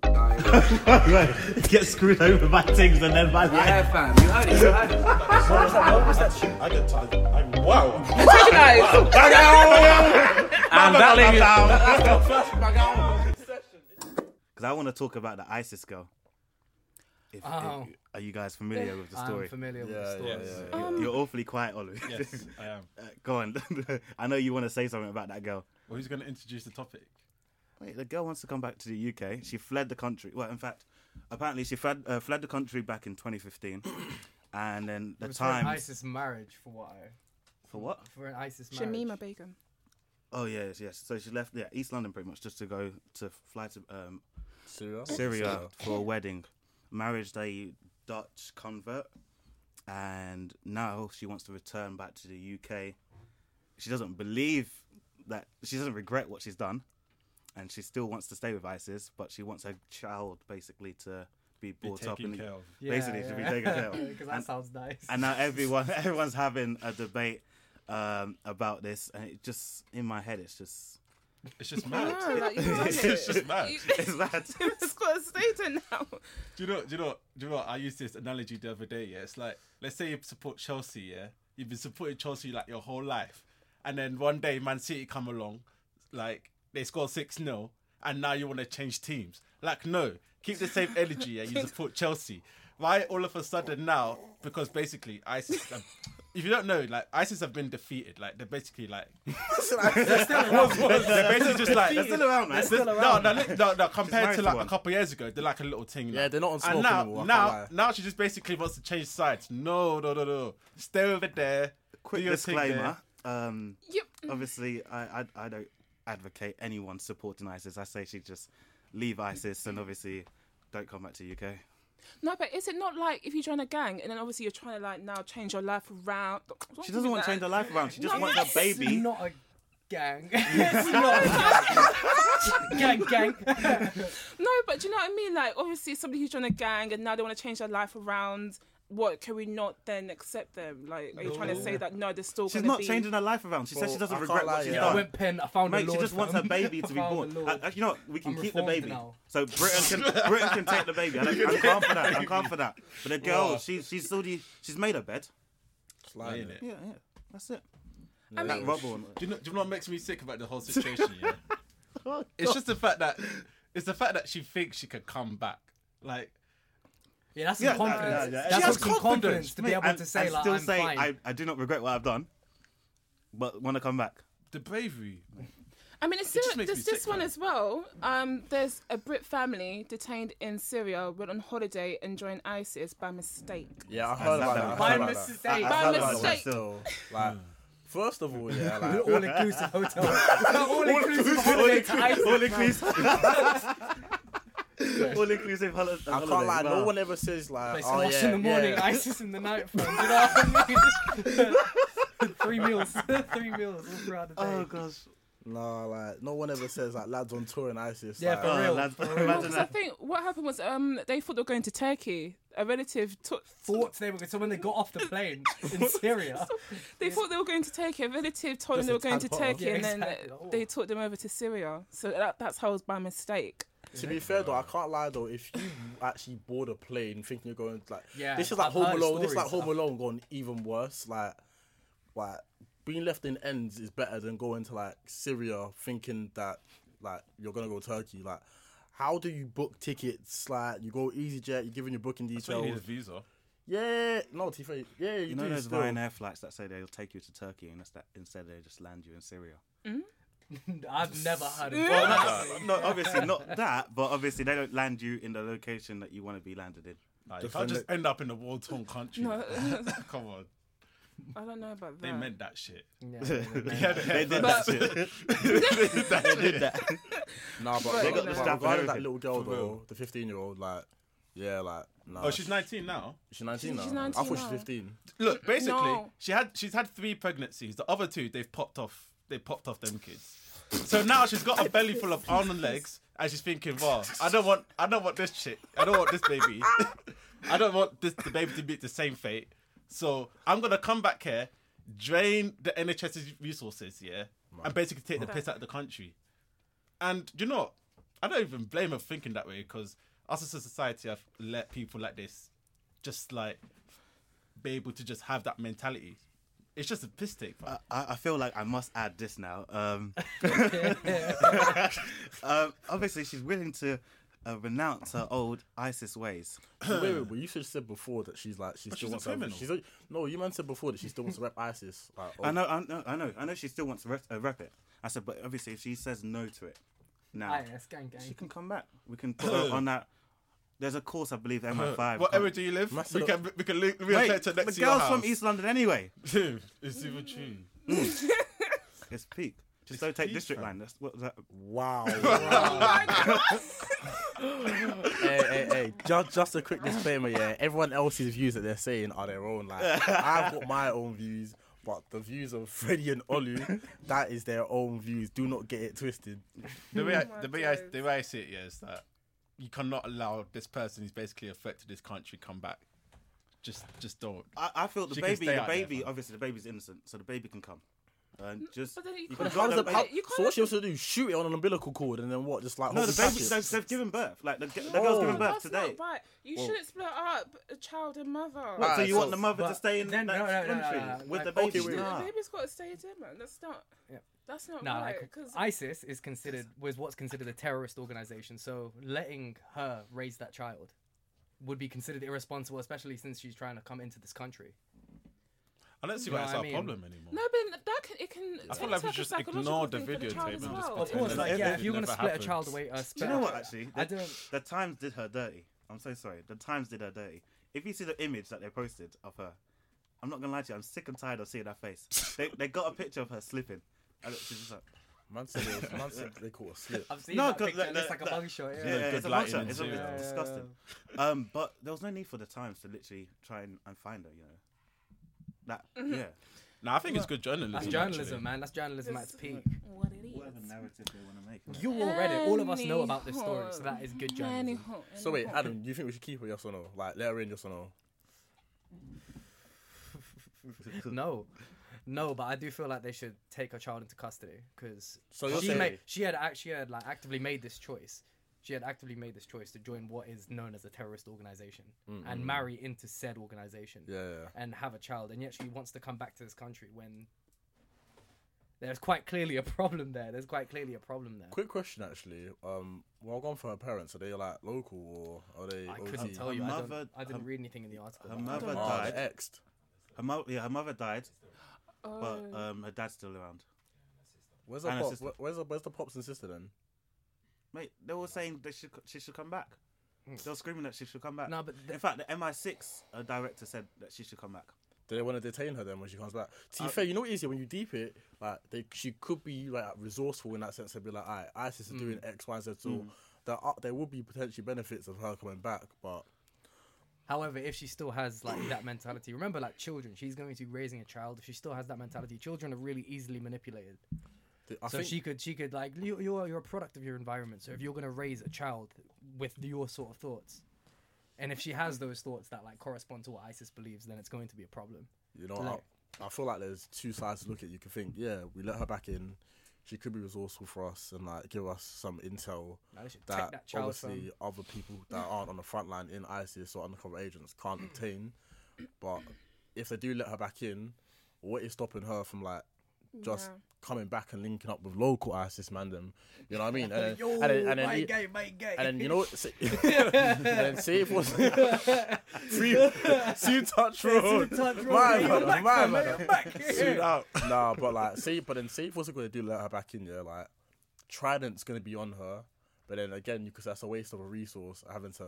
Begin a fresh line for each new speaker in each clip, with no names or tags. Get screwed over by things and then by life.
Yeah, fam. You heard it. You heard it.
What was that? What was that shit? I get tired. I'm wow.
Guys.
And that lady.
Flashback.
Because I want to talk about the ISIS girl. If,
Oh.
if- are you guys familiar with the
I'm
story?
familiar with
Yeah,
the
yeah,
stories.
yeah.
You're- You're awfully quiet, Olu.
Yes, I am.
Uh, go on. I know you want to say something about that girl.
Well, who's going to introduce the topic?
Wait, the girl wants to come back to the UK. She fled the country. Well, in fact, apparently she fled, uh, fled the country back in 2015. and then
It
the
was for an
time
ISIS marriage for what? I-
for what?
For an ISIS marriage.
Shamima Begum.
Oh yes, yes. So she left yeah, East London pretty much just to go to fly to um,
Syria.
Syria for a wedding, marriage a Dutch convert, and now she wants to return back to the UK. She doesn't believe that she doesn't regret what she's done, and she still wants to stay with ISIS, but she wants her child basically to be
Be
brought up
taken
in
care
the,
of.
Yeah,
basically to be taken care of.
Because that
And-
sounds nice.
and now everyone everyone's having a debate um, about this, and it just in my head it's just
It's just
I
mad.
know, like, you can't
It's
have it.
just mad.
You-
Oh, it's that.
It's got a status now.
Do you know? Do you know? Do you know? I used this analogy the other day. Yeah, it's like let's say you support Chelsea. Yeah, you've been supporting Chelsea like your whole life, and then one day Man City come along, like they score six 0 and now you want to change teams. Like no, keep the same energy. Yeah, you support Chelsea. Why all of a sudden now? Because basically ISIS. um, if you don't know, like ISIS have been defeated. Like they're basically like they're basically just like
They're still around, man.
they're still- No, no, no, no. Compared
married
to
to
like a
one.
couple years ago, they're like a little thing.
Yeah,
now.
they're not on
And
smoke
now,
anymore, I
now,
can't lie.
now she just basically wants to change sides. No, no, no, no. Stay over there.
Quick
do your thing
disclaimer.
there.
Um,
Yep.
obviously, I, I I don't advocate anyone supporting ISIS. I say she just leave ISIS and obviously don't come back to UK.
No, but is it not like if you join a gang and then obviously you're trying to like now change your life around?
She doesn't want to change her life around. She just
No,
wants her
that's
baby.
It's not a gang. it's not a gang. gang, gang.
No, but do you know what I mean? Like obviously somebody who's joined a gang and now they want to change their life around. What can we not then accept them? Like, are you trying to say that no, they're still
She's
gonna
not
be...
changing her life around. She says
Well,
she doesn't
I can't
regret
lie,
what she's
yeah.
I
done.
went pen. I found
Mate,
the
she
Lord,
just wants her
fam.
baby to be
I found
born.
the Lord.
Uh, uh, you know, what? we can
I'm
keep the
reformed
baby.
now.
So Britain can Britain can take the baby. I don't, I'm calm for that. I'm calm for that. But the girl,
Wow.
she's she's already she's made her bed.
It's lying.
Really?
Yeah, yeah. That's it.
I
That
mean,
rubble. and-
Do you know? Do you know what makes me sick about the whole situation? Yeah? it's just the fact that it's the fact that she thinks she could come back. Like
Yeah, that's
Yeah,
some confidence.
yeah, yeah, yeah.
That's
She has
some confidence, to be
Mate,
able
and-
to say
and
like
still
I'm
say
fine.
I, I do not regret what I've done, but want to come back.
the bravery.
I mean, it's
It just
similar,
makes
there's
me
this
sick,
one
man.
as well. Um, there's a Brit family detained in Syria, went on holiday and joined ISIS by mistake.
Yeah, I heard
that
about
one.
that.
By
I heard about that.
mistake.
I- I
By
heard about that one
mistake.
still. Like, first of all, yeah, like,
all inclusive hotel. all inclusive holiday to Iceland.
All inclusive. All inclusive hol- holiday.
I can't lie. No
Wow.
one ever says like,
It's
oh
wash
yeah,
in the morning,
yeah.
ISIS in the night. Fam. Do you know what I mean? Three meals, three meals all throughout the day.
Oh gosh.
No, like, no one ever says like lads on tour in ISIS.
Yeah,
like,
for
Oh,
real.
lads,
for real.
imagine
Because I
that.
think what happened was um, they thought they were going to Turkey. A relative took.
Thought they were so when they got off the plane in Syria.
They thought they were going to Turkey. A relative told them
Just
they
a
were going to
tad part.
Turkey,
Yeah,
and then
exactly. Oh.
they took them over to Syria. So that, that's how it was by mistake.
To be fair though, I can't lie though. If you actually board a plane thinking you're going like,
Yeah,
this is like
I've
Home
heard
Alone. This is like
stories.
Home Alone gone even worse. Like, like being left in ends is better than going to like Syria thinking that like you're gonna go Turkey. Like, how do you book tickets? Like, you go EasyJet, you're giving your booking
So you need a
details.
visa.
Yeah, no, T. Yeah, you,
You know
do
those
still.
Ryanair flights that say they'll take you to Turkey and that's that- instead they just land you in Syria.
I've never heard of
Well,
that.
not- Uh, no, obviously not that, but obviously they don't land you in the location that you want to be landed in.
Like, if I just end up in a war-torn country,
No,
come on,
I don't know about that.
they meant that shit.
Yeah.
They did that
But-
shit.
Nah, but,
Right,
reg-
you know.
but
Staff
and
regarding that
everything.
little girl
For real.
though, the 15 year old, like, yeah, like, nah.
Oh, she's 19 now.
She's 19 now.
she's
I
19
thought she's
now.
15.
Look, basically,
No.
she had she's had three pregnancies. The other two, they've popped off. They popped off them kids. So now she's got a belly full of arm and legs, and she's thinking, "Wow, I don't want, I don't want this shit. I don't want this baby. I don't want this the baby to be the same fate. So I'm gonna come back here, drain the NHS's resources, yeah, and basically take the piss out of the country. And do you know, what? I don't even blame her for thinking that way because us as a society have let people like this just like be able to just have that mentality. It's just a piss take. fam.
I, I feel like I must add this now. Um, um, obviously, she's willing to uh, renounce her old ISIS ways.
wait, wait, but you should have said before that she's like she still
she's a
wants to.
criminal.
She's a, no, you man said before that she still wants to rep ISIS. Like, oh,
I know, I know, I know, I know. She still wants to rep, uh, rep it. I said, but obviously, if she says no to it now,
Aye, that's gang
she
gang.
can come back. We can put her on that. There's a course, I believe, MI5.
Whatever do you live, we
Macedo-
can we can link, we
Wait,
affect
the
her next
girl's
to your house.
from East London anyway.
it's even true.
It's peak. Just don't take
peak,
district
fam.
line. That's what that.
Wow. wow. hey, hey, hey. Just, just a quick disclaimer, yeah. Everyone else's views that they're saying are their own. Like, I've got my own views, but the views of Freddie and Olu, that is their own views. Do not get it twisted.
The way,
my
I, the, way I,
days.
the way I see it yeah, is that you cannot allow this person who's basically affected this country come back. Just just don't.
I, I feel the
She can
baby,
stay
the
out there,
baby.
fam.
obviously, the baby's innocent, so the baby can come. And just
but then you
can
can't-
drop
How
How
does
the
the, how,
baby-
you can't
so what she was to do? Shoot it on an umbilical cord and then what? Just like
No,
hold
the
it back
baby.
it?
They've, they've given birth. Like the, the
No,
girl's given
Oh.
that's
birth today.
That's not right. You shouldn't split up a child and mother.
What, so
Alright,
you
so-
want the mother to
but
stay in
then-
that
no, no, no, no,
country
no, no,
with the
like-
baby?
okay, wait,
Nah.
The baby's got to stay there, man. That's not.
Yeah.
That's not
No,
right.
like,
'cause-
ISIS is considered was what's considered a terrorist organization. So letting her raise that child would be considered irresponsible, especially since she's trying to come into this country.
I don't see
You
why
know
it's
what I
our
mean?
problem anymore.
no, but that can it can.
I
it's
feel like we
like a
just
psychological
ignore the
thing for
video
child
tape
as
and just Of
well.
Of
course,
course,
Yeah,
like
like,
yeah,
it
if you're gonna
never
split a
happens.
child away, uh,
Do
split
you know
a
what?
chi-
Actually,
I
the,
don't.
the Times did her dirty. I'm so sorry. The Times did her dirty. If you see the image that they posted of her, I'm not gonna lie to you. I'm sick and tired of seeing that face. they they got a picture of her slipping. And it's just like,
Man said, it was- man said they caught a slip.
I've seen
No,
that
'cause
picture.
that-
and it's
that-
like a
that-
mugshot.
yeah,
Yeah.
good
it's a
lighting
mugshot.
and
It's, a-
shit.
it's
Yeah.
disgusting. Um, but there was no need for the Times to literally try and, and find her. You know, that yeah.
No, I think it's good journalism.
That's journalism, man. That's journalism at its
This-
peak.
What it is.
narrative they want to make.
You all read it. All of us know about this story, so that is good journalism.
Anyhow,
So wait,
anyhow.
Adam, do you think we should keep her, yes or no? Like, let her in, yes or no?
No, no, but I do feel like they should take her child into custody because
So you're
she
saying-
made, she had act- she had like actively made this choice. She had actively made this choice to join what is known as a terrorist organization and marry into said organization
Mm, Yeah, yeah.
and have a child, and yet she wants to come back to this country when there's quite clearly a problem there. There's quite clearly a problem there.
Quick question, actually. Um, well, gone for her parents. Are they like local or are they?
I
OT?
couldn't
Her
tell you. I, don't,
mother-
I didn't
her-
read anything in the article.
Her
about that.
mother
Oh, they're
died.
exed.
Her, mo- yeah, her mother died, but
Oh.
um, her dad's still around.
Where's her
And her
pop,
sister.
where- where's her, where's the pops and sister then?
Mate, they were saying that she co- she should come back.
Hmm.
They were screaming that she should come back.
No, but the-
in fact, the MI6 uh, director said that she should come back.
Do they want to detain her then when she comes back? To be
Uh,
fair, you know what it is yeah, when you deep it, like they, she could be like resourceful in that sense and be like, "Alright, ISIS is
Mm.
doing X, Y, Z." So there are there would be potentially benefits of her coming back, but
However, if she still has like that mentality, remember like children, she's going to be raising a child. If she still has that mentality, children are really easily manipulated.
the, I
so
think
she could she could like you, you're you're a product of your environment. So if you're gonna raise a child with your sort of thoughts, and if she has those thoughts that like correspond to what ISIS believes, then it's going to be a problem.
you know,
like-
I, I feel like there's two sides to look at. You could think, yeah, we let her back in. She could be resourceful for us and like give us some intel
Now they should take
that,
that child
obviously other people that aren't on the front line in ISIS or undercover agents can't obtain. But if they do let her back in, what is stopping her from like just
Yeah.
coming back and linking up with local ISIS man them? You know what I mean? And, then- and, then- and then, you- and then you know, what- say, and then say it was free, see touch road, my man, my man, soon out. Nah, but like, see, but then see if what's going to do let her back in there, like. Trident's gonna be on her, but then again, because that's a waste of a resource having to.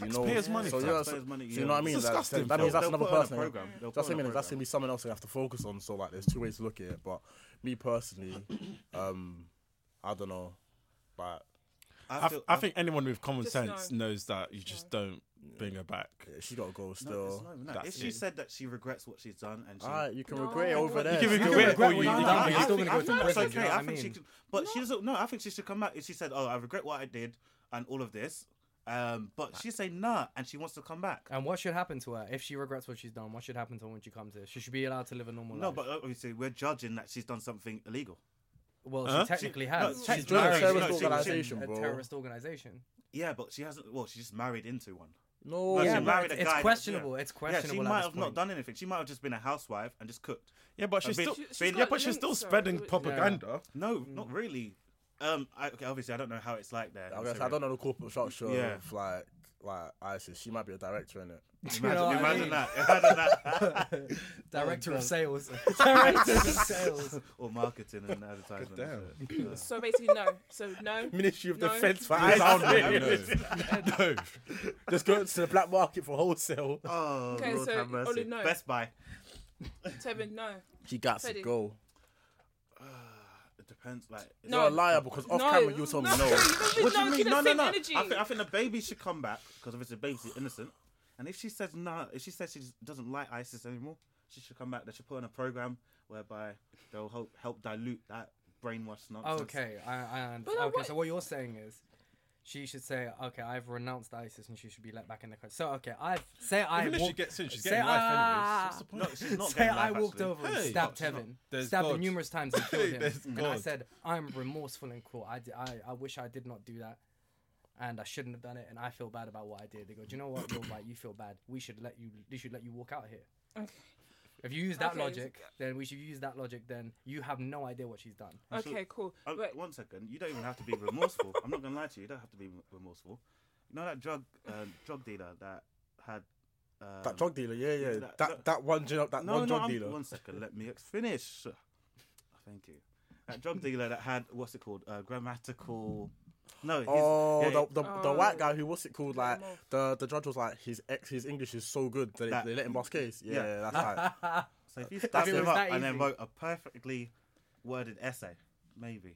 You know,
Taxpayers' money,
So,
fam.
yeah, so,
Taxpayers' money,
so
yeah.
you know what I mean?
It's
That-
disgusting,
That, means
fam. They'll
that's another
put her on a
person.
programme. They'll put
That's
her
what I
on a
mean. That's
programme.
gonna be someone else they have to focus on. So like, there's two ways to look at it. But me personally, um, I don't know. But
I,
feel-
I think anyone with common
Just
sense
no.
knows that you just don't bring her back.
yeah, she got to go
No, it's
still.
not even that.
that's
If she
it.
said that she regrets what she's done and she.
All right, you can
No,
regret it
no,
over
no.
there.
You can
Still-
regret
regret
what
what
you
you've
did.
No,
done, but
I
you're still
think-
gonna go
I think
to
it's
prison. you
okay.
know what
I think
mean?
she should, but she doesn't. No, I think she should come out. If she said, "Oh, I regret what I did and all of this," um, but she's saying nah, and she wants to come back.
And what should happen to her if she regrets what she's done? What should happen to her when she comes here? She should be allowed to live a normal
No,
life.
but obviously we're judging that she's done something illegal.
well,
Huh?
she technically
no,
has.
she's
she's
joined a
married
terrorist
to
organisation,
a
bro.
terrorist organization.
Yeah, but she hasn't. Well, she's just married into one.
No,
she
yeah,
She
but
married
it's,
a
it's
guy that-
questionable.
yeah.
It's
Yeah, she
questionable. at
might
this
have not
point.
done anything. She might have just been a housewife and just cooked.
Yeah, but she's
bit-
still.
She-
she's
yeah,
got
but she's still
links, though,
spreading
to it.
propaganda.
No, not really. Um, I, okay, obviously, I don't know how it's like there.
I guess I don't know the corporate structure
Yeah.
of like like ISIS. She might be a director in it.
Imagine,
You know what I
imagine
mean?
that. Imagine that.
Director of sales. Director of sales.
or marketing and advertisement.
damn.
and shit. Yeah.
So basically, no. So no.
Ministry of
No.
Defense for
Sound
ISIS.
no, no.
Just go to the black market for wholesale.
Oh,
Okay,
Lord
so
have mercy.
Oli, no.
Best Buy.
Tevin, no.
She got to
Teddy.
go.
It depends. Like, is
No.
You're a liar because off
no.
camera you told me no.
You
What do you
don't
mean? No, no, no. I
Energy.
think, I think the baby should come back because obviously the baby's innocent. And if she says no, if she says she doesn't like ISIS anymore, she should come back. They should put on a program whereby they'll help help dilute that brainwashed nonsense.
Oh, Okay, I, I understand.
But, like,
okay,
what-
so what you're saying is, she should say, okay, I've renounced ISIS and she should be let back in the country. So okay, I've say I
Even if she
walk-
gets in, she's
say
getting life anyways.
I-
What's the point?
No, she's not
say
getting life,
I walked
actually.
over and
Hey,
stabbed
she's not-
Tevin,
There's
stabbed him
God.
numerous times and killed him,
There's
and I
God.
said, I'm remorseful and cruel. I, di- I, I wish I did not do that. And I shouldn't have done it, and I feel bad about what I did. They go, do you know what? You're right. You feel bad. We should let you. We should let you walk out of here.
Okay.
If you use that
Okay,
logic, then we should use that logic. Then you have no idea what she's done.
Okay, cool.
Um,
But
one second, you don't even have to be remorseful. I'm not gonna lie to you. You don't have to be remorseful. You know that drug uh, drug dealer that had um,
That drug dealer, yeah, yeah.
that-
That that, one drug that
No,
one
no.
drug
I'm,
dealer.
One second, let me ex- finish. Thank you. That drug dealer that had what's it called? Uh, grammatical. No. He's,
Oh,
yeah,
the, the, the
Oh.
white guy who what's it called?
Yeah,
Like
Mo.
the the judge was like his ex, his English is so good that
That-
they, they let him boss case. Yeah,
Yeah.
that's right.
So if you stabbed
it
him
was
up
that
and then
easy.
wrote a perfectly worded essay, maybe.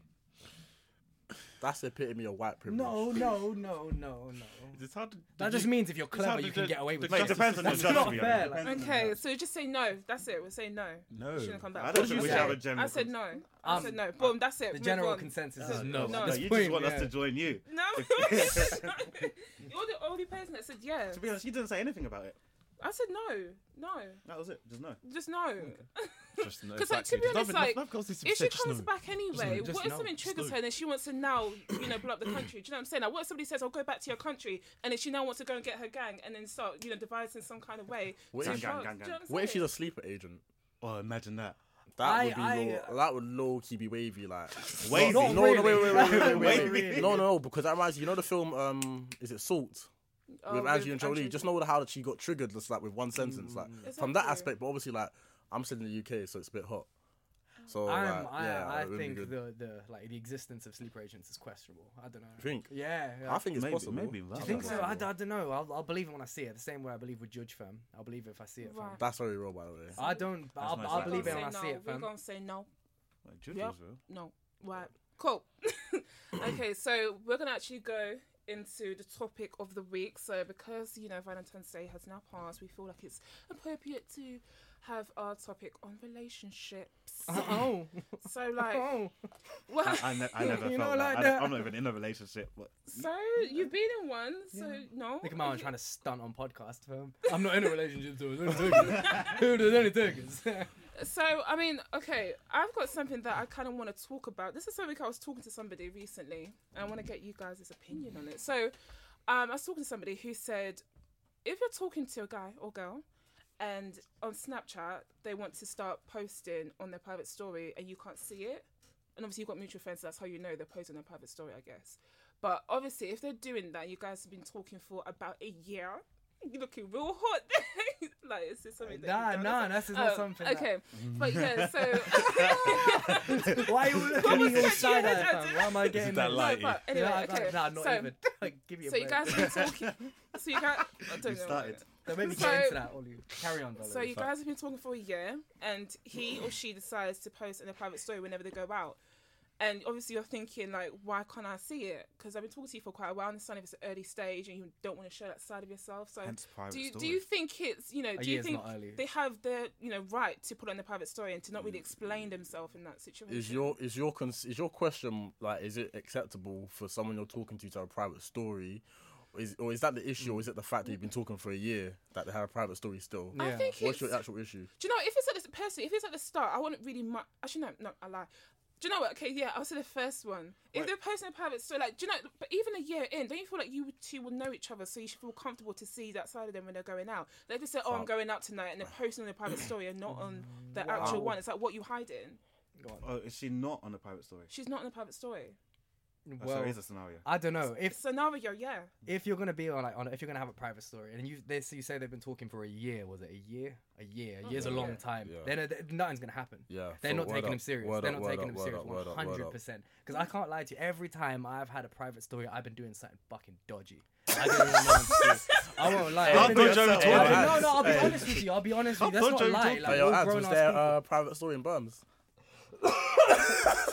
That's the epitome of white privilege.
No, no, no, no, no.
It's hard to-
That
did
just
you-
means if you're
how
clever,
the
you can
ju-
get away with
But it
it.
justice
depends on your
That's
judge.
not
to be
fair,
honest.
like-
Depends on the
okay,
judge.
so you just say no. That's it. We'll say no.
No.
Shouldn't come back.
I
What
don't
did
think
you
we
say?
should have a general.
I said no. I
Um,
said no. Boom. That's it.
The
Move
general
on.
consensus
Uh,
is no.
no.
at
No,
this
you just
point,
want
yeah.
us to join you.
No. You're the only person that said yes.
To be honest, you didn't say anything about it.
I said no. No.
That was it. Just no.
Just no.
Just no,
Because, like, to
exactly.
be
There's
honest,
nothing-
like,
nothing else needs to be
if she
said, just
comes
no.
back anyway,
just
what if
no,
something
just
triggers
no.
her and then she wants to now, you know, blow up the country? Do you know what I'm saying? Like, what if somebody says, "I'll go back to your country," and then she now wants to go and get her gang and then start, you know, devising some kind of way.
What
to
if-
Gang, gang,
blow-
gang,
do you know
gang.
what I'm
What if she's
saying?
a sleeper agent?
Oh, imagine that.
That
I-
would be
I-
low, that would low key be wavy like.
Wavy?
No, no, no, wait, wait, wait, wait, wait,
Wavy.
wait, No, no, because that reminds you know the film um is it Salt
Oh,
with Angie and Jolie? Just know how that she got triggered just like with one sentence like from that
Exactly.
aspect. But obviously like I'm still in the UK, so it's a bit hot. So
I'm,
like,
I,
yeah,
I
it would be
think
good.
the, the like the existence of sleeper agents is questionable. I don't know.
You think?
Yeah. yeah.
I think it's
Maybe,
possible.
maybe.
Do
that
I
was
think so. I,
possible.
I don't know. I'll, I'll believe it when I see it. The same way I believe with Judge Fam. I'll believe it if I see it. Fam.
Right.
That's very real, by the way.
I don't. I'll,
my
I'll
side.
believe it when
We're
I
gonna
see
say no.
it,
We're
fam.
gonna say no.
Like, Jude
Yep.
was real.
No. Right. Cool. okay, so we're gonna actually go into the topic of the week. So because you know Valentine's Day has now passed, we feel like it's appropriate to have our topic on relationships.
Oh,
so like,
oh.
well,
I, ne- I never
You know,
felt
like
that. I
that.
don't- I'm not even in a relationship. But
so you've been in one, so no.
Look at my man trying to stunt on podcast, fam. I'm not in a relationship, so it's only Turkish. Who does only Turkish?
So I mean, okay, I've got something that I kind of want to talk about. This is something I was talking to somebody recently, and I want to get you guys' opinion on it. So, um, I was talking to somebody who said, if you're talking to a guy or girl, and on Snapchat they want to start posting on their private story, and you can't see it, and obviously you've got mutual friends, so that's how you know they're posting their private story, I guess. But obviously, if they're doing that, you guys have been talking for about a year. You're looking real hot. like, is this something? that you've
Nah, nah,
done?
that's just not
Um,
something. that- Mm.
Okay, but yeah, so
Why are you looking at
was
me all
it that you
side eye,
had?
fam? Why am I getting
that
this?
light?
no, but anyway,
yeah,
okay.
like, nah, not
so,
even. Like, give me a
so you
break.
guys have been talking. So you guys, I don't
you
know.
started.
Don't make me
so-
get into that, Ollie. Carry on,
So you
Valerie.
guys have been talking for a year, and he or she decides to post in a private story whenever they go out. And obviously, you're thinking like, why can't I see it? Because I've been talking to you for quite a while. I understand if it's an early stage and you don't want to show that side of yourself. So
Hence private
do you, do
story.
you think it's you know do you
year's
think
not early.
they have their you know right to put on their private story and to not really explain themselves in that situation?
Is your is your cons- is your question like is it acceptable for someone you're talking to to have a private story, or is or is that the issue, or is it the fact that you've been talking for a year that they have a private story still?
I
Yeah.
think
What's
it's,
your actual issue?
Do you know if it's at the personally, if it's at the start, I wouldn't really much. Actually, no, no, I lie. Do you know what? Okay, yeah, I'll say the first one. If
Wait.
they're posting a private story, like, do you know? But even a year in, don't you feel like you two will know each other, so you should feel comfortable to see that side of them when they're going out? Like, if they say, "Oh, I'm going out tonight," and they're posting on their private story and not on the actual one, it's like, what are you hiding?
Go on.
Oh, is she not on a private story?
She's not in a private story.
Oh,
Well,
so it is a scenario.
I don't know if
Scenario, yeah.
if you're gonna be on like on if you're gonna have a private story and you they so you say they've been talking for a year was it a year a year a year's a
yeah,
long
yeah.
time
Yeah.
then uh, th- nothing's gonna happen
Yeah,
they're
so
not
word
taking
up,
them serious
word
they're
up,
not
word
taking
up,
them
word
serious
up, word up, word up.
100% because I can't lie to you every time I've had a private story I've been doing something fucking dodgy I don't even know what I'm doing. I won't lie
How
I've been-
dodgy are you
yourself.
talking
I've been-
Hey,
about?
no no I'll be
Hey.
honest with you I'll be honest with you
How
that's
dodgy
not a
are you
lie
talking
like
Yo,
all
Abs,
grown
was
ass
there
people
uh, private story in Burms?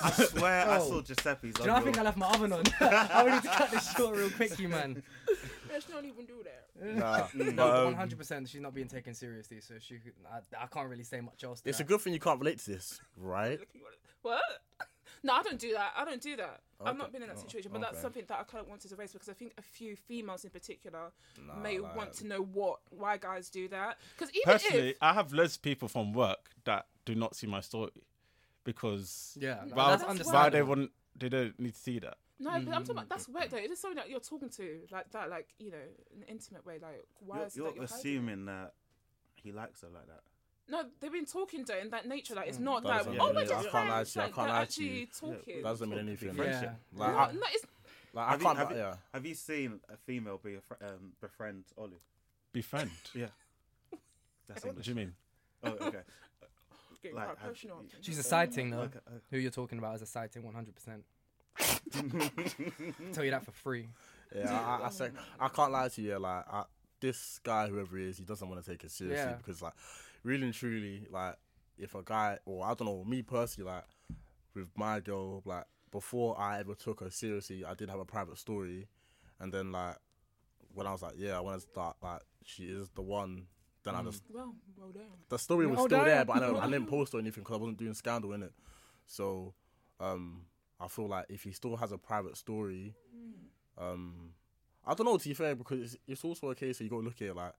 I swear I
Oh.
saw Giuseppe's.
do you know I think I left my oven on I would need to cut this short real quick you man
Let's not even do that.
Nah,
Mm.
um,
No, one hundred percent. She's not being taken seriously, so she. could- I, I can't really say much else. To
it's a
that.
good thing you can't relate to this, right?
What? No, I don't do that. I don't do that. I've
Okay.
not been in that
Oh,
situation, but that's
okay.
something that I kind of wanted to raise because I think a few females in particular
Nah,
may
like-
want to know what why guys do that. Because even
Personally,
if
I have loads of people from work that do not see my story because
Yeah, no,
why,
that's
why they
understandable.
want they don't need to see that.
no, but I'm talking
Mm.
about that's work though. It is something that you're talking to like that, like you know, in an intimate way. Like why
You're,
is it
you're
that you're hiding it?
assuming that he likes her like that.
No, they've been talking though in that nature. Like it's not
That
that.
doesn't
oh,
mean
we're
Mm. it. I
just
can't lie to you, I
friends. Like,
can't
they're
lie to
actually
you.
talking.
That doesn't mean anything.
Friendship.
Yeah.
Like,
no,
I,
no, it's
like, I
Have,
can't.
you, have, you,
yeah.
have you seen a female be a fr- um, befriend Ollie?
Befriend.
Yeah. That's
What
English.
do you mean?
Oh, okay.
getting
Like,
quite
have-
personal.
She's a sighting though.
okay. okay.
Who you're talking about is a sighting, one hundred percent. Tell you that for free.
Yeah, I, I say I can't lie to you. yeah, Like I, this guy, whoever he is, he doesn't want to take it seriously
Yeah.
because, like, really and truly, like, if a guy or I don't know, me personally, like, with my girl, like, before I ever took her seriously, I did have a private story, and then like, when I was like, yeah, I want to start, like, she is the one. Then
Mm.
I just
Well, well done.
the story was
Oh,
still
damn.
there, but I, don't, I didn't post or anything because I wasn't doing scandal in it. So, um, I feel like if he still has a private story, um, I don't know to be fair because it's, it's also a case that you got to look at it, like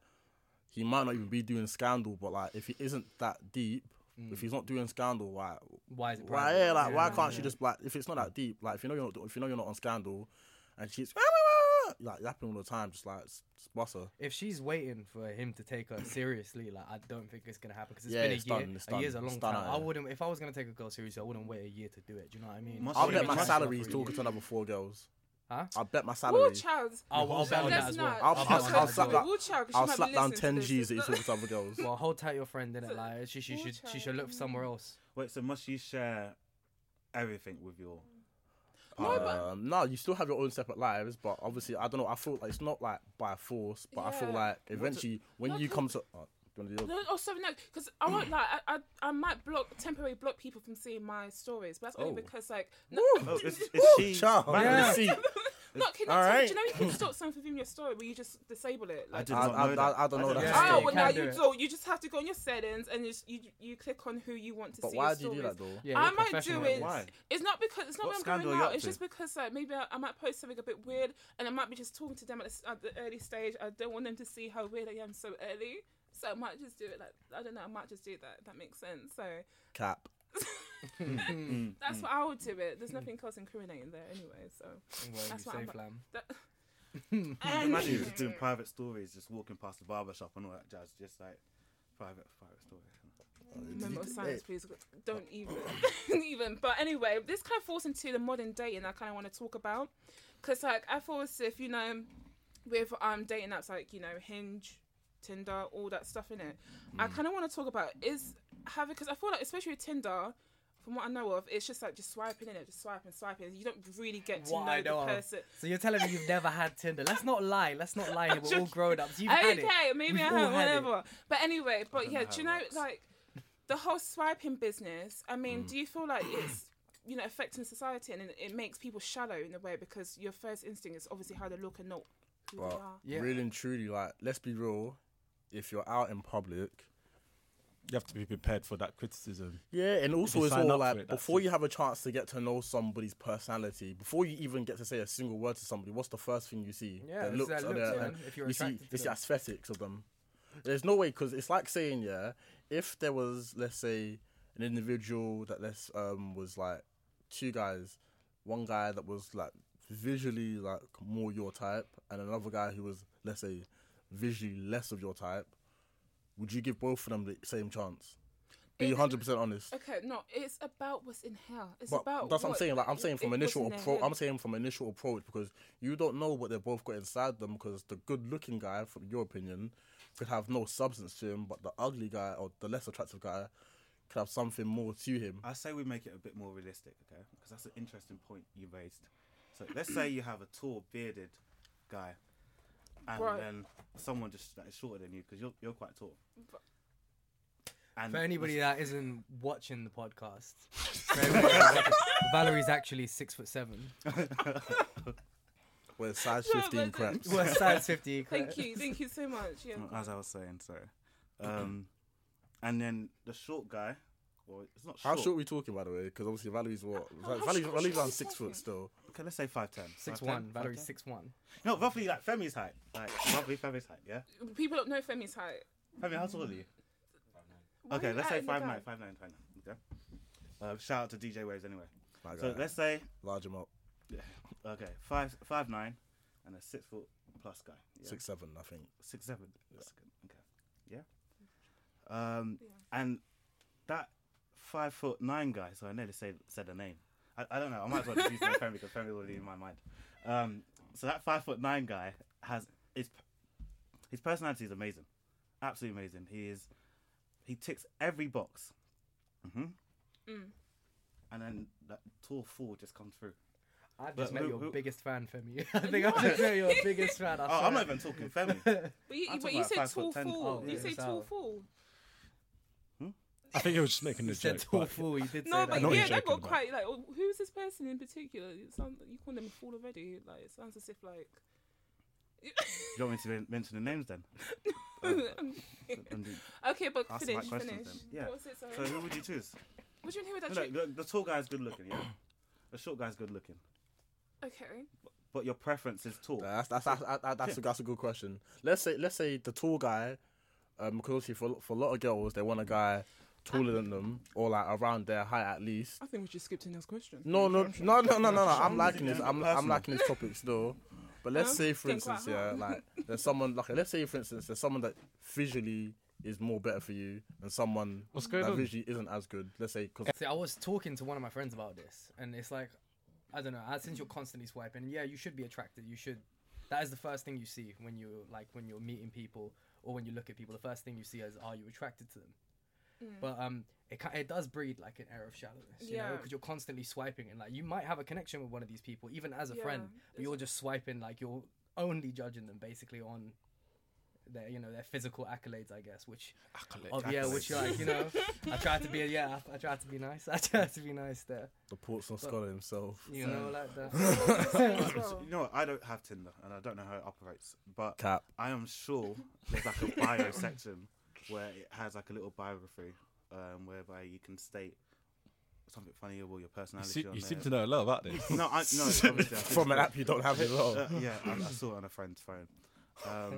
he might not even be doing scandal, but like if he isn't that deep, if he's not doing scandal, why?
Why is Mm. it?
Why,
private?
yeah, like why
Yeah,
can't
yeah. Mm.
she just like if it's not that deep, like if you know you're not if you know you're not on scandal, and she's like yapping all the time, just like s- just bust her.
If she's waiting for him to take her seriously, like I don't think it's gonna happen because it's
Yeah,
been a
it's
year.
done, it's
A year's a
done,
long
it's done
time.
out
I
here.
wouldn't. If I was gonna take a girl seriously, I wouldn't wait a year to do it. Do you know what I mean?
Must
I'll
be
bet
a
my
trust
salary
for
is
you.
talking to another four girls.
Huh?
I'll bet my
Wall
salary.
child.
I'll, I'll bet on that
There's
as well.
not.
I'll-
bet
I'll-
on that
I'll
as
slap
well.
that-
Wall child, 'cause she
I'll
might be
slap down
listening
ten
to this.
G's that
It's
you
not-
talking to other girls.
Well, hold tight your friend, innit? Like she, she
Watch
should, she
out.
should look somewhere else.
Wait, so must you share everything with your?
No, but
Um, no, you still have your own separate lives, but obviously, I don't know. I feel like it's not like by force, but I feel
Yeah.
like eventually when
No,
you
cause-
come to. Oh, do you wanna do yours?
No, oh, sorry, no, because I won't lie. I, I, I might block temporarily block people from seeing my stories, but that's only
Oh.
because like no,
Oh, is, is she?
Child,
married?
man,
Yeah.
see,
no, can
all
you,
right.
do you know you can stop something from your story where you just disable it?
I
Like,
did
I-
not
I-
know
I-
that.
I don't know that.
Yeah,
oh,
you
well now
can do
you
it.
do. You just have to go on your settings and you, you you click on who you want to
But
see.
why
your
do you do that
stories.
though?
Yeah,
I
you're
might
professional
do
at
it.
this.
Why?
It's not because it's not
What
where I'm
scandal are
going
you
out.
up
It's
to?
just because like maybe I, I might post something a bit weird, and I might be just talking to them at the, s- at the early stage. I don't want them to see how weird I am so early, so I might just do it. Like I don't know. I might just do that. If that makes sense. So
Cap.
Hmm.
that's what I would do. It. There's nothing else incriminating there anyway. So
Well, you
That's what
say,
I'm-
flam.
that.
Imagine you just doing private stories, just walking past the barber shop and all that jazz, just like private private stories.
Moment of
eh.
silence, please. Don't even, even. But anyway, this kind of falls into the modern dating I kind of want to talk about, because like I feel as if you know, with um dating apps like you know Hinge, Tinder, all that stuff in it. I
Mm.
kind of want to talk about is having because I feel like especially with Tinder. From what I know of, it's just like just swiping in it, just swiping, swiping. You don't really get to
What
know
I know
the
of.
person.
So you're telling me you've never had Tinder? Let's not lie. Let's not lie here. We're all grown ups. You've had
okay,
it.
maybe
We've
I
all
have,
had it.
whatever. But anyway, but
don't
yeah,
know
do you
how
know,
it works.
like, the whole swiping business, I
Mm.
mean, do you feel like it's, you know, affecting society and it- it makes people shallow in a way because your first instinct is obviously how they look and not who they
But
are?
Yeah.
really and truly, like, let's be real. If you're out in public,
You have to be prepared for that criticism.
Yeah, and also
you
it's
sign
all
up
like
for it, that's
before
it.
you have a chance to get to know somebody's personality, before you even get to say a single word to somebody, what's the first thing you see?
Yeah,
Their
it's their
or
looks,
their-
man, if you're
you see,
attracted to
it's the
them.
aesthetics of them. There's no way because it's like saying yeah, if there was let's say an individual that less um was like two guys, one guy that was like visually like more your type, and another guy who was let's say visually less of your type, would you give both of them the same chance? Be
It-
hundred percent honest.
Okay, no, it's about what's in hell. It's
But
about
that's what I'm saying. Like I'm saying
it-
from
it was
initial
in their
approach.
head.
I'm saying from initial approach because you don't know what they've both got inside them. Because the good-looking guy, from your opinion, could have no substance to him, but the ugly guy or the less attractive guy could have something more to him.
I say we make it a bit more realistic, okay? Because that's an interesting point you raised. So let's say you have a tall, bearded guy, and
Right.
then someone just that is shorter than you because you're you're quite tall.
But-
And
For anybody that isn't watching the podcast, for everybody that's watching, Valerie's actually six foot seven.
Where size
No,
fifteen
but-
craps.
Well, size fifty.
Thank you, thank you so much. Yeah,
as I was saying, sorry. Um, and then the short guy, or it's not
How
short.
short are we talking, by the way? Because obviously Valerie's what?
how
Valerie's,
short-
Valerie's
how
around
short
six
is he?
foot still.
Okay, let's say five ten.
Six one. Valerie's six one.
No, roughly like Femi's height. Like roughly Femi's height. Yeah.
people don't know Femi's height.
Femi, how tall are you?
Why are
Okay,
you
let's say
adding it
five
up?
nine, five nine, five nine. Okay. Uh, shout out to DJ Waves anyway.
My
So
guy.
let's say
large him up.
Okay, five five nine, and a six foot plus guy. Yeah?
Six seven, I think.
six seven. That's good. Okay, yeah. Um, and that five foot nine guy. So I nearly say, said a name. I, I don't know. I might as well just use my family because family already in my mind. Um, so that five foot nine guy has his his personality is amazing, absolutely amazing. He is he ticks every box. hmm
Mm.
And then that tall four just comes through.
I've
But
just met
who-
your
who-
biggest fan, Femi. I think I've just met your biggest fan. I
Oh, I'm not
swear.
even talking family.
But you,
I'm talking
but you
about
said
five
tall
foot ten.
fool.
Oh,
you
yeah.
say
So-
tall fool.
I think he was just making a
You said
joke.
tall
but-
fool. You did
No,
say
but
know
that.
what
yeah,
you're
that
joking
got
about.
quite like. oh, Who's this person in particular? It sound, you call them a fool already. Like it sounds as if like.
Do you want me to men- mention the names then? Oh, And the-
okay, but
Ask the
finish,
right questions
finish.
then. Yeah.
What was it? Sorry.
so who would you choose?
What do you want to hear with
No,
that?
the, the tall guy's good looking, yeah. The short guy's good looking,
tr- okay.
but your preference is tall.
That's that's that's, that's, that's, a, that's a good question. Let's say let's say the tall guy, um, because obviously for for a lot of girls they want a guy taller than them or like around their height at least.
I think we just skipped to next question.
No, no, no, no, no, no, no. I'm liking this.
Yeah,
I'm I'm
personal.
liking this topic still. But let's
Um,
say for
getting quite
instance, yeah,
hard.
like there's someone like let's say for instance there's someone that visually is more better for you and someone
What's going
that
on?
visually isn't as good. Let's say because
See, I was talking to one of my friends about this, and it's like, I don't know. I- Since you're constantly swiping, yeah, you should be attracted. You should. That is the first thing you see when you like when you're meeting people or when you look at people. The first thing you see is, are you attracted to them? But um, it ki- it does breed like an air of shallowness, you know,
Yeah.
because you're constantly swiping, and like you might have a connection with one of these people, even as a
Yeah,
friend, but
it's-
you're just swiping, like you're only judging them basically on their you know their physical accolades, I guess, which Oh yeah, which
Accolades.
like you know, I tried to be yeah, I, I tried to be nice. I tried to be nice there.
the Portsmouth scholar himself,
You know, like that.
as well.
you know what? I don't have Tinder, and I don't know how it operates, but
cap.
I am sure there's like a bio section where it has like a little biography, um, whereby you can state something funny about your
You,
personality.
se-
on
you seem to
there.
know a lot about this.
No, I, no, obviously I
From an app you don't have as
Uh,
well.
yeah, I, I saw it on a friend's phone. Um,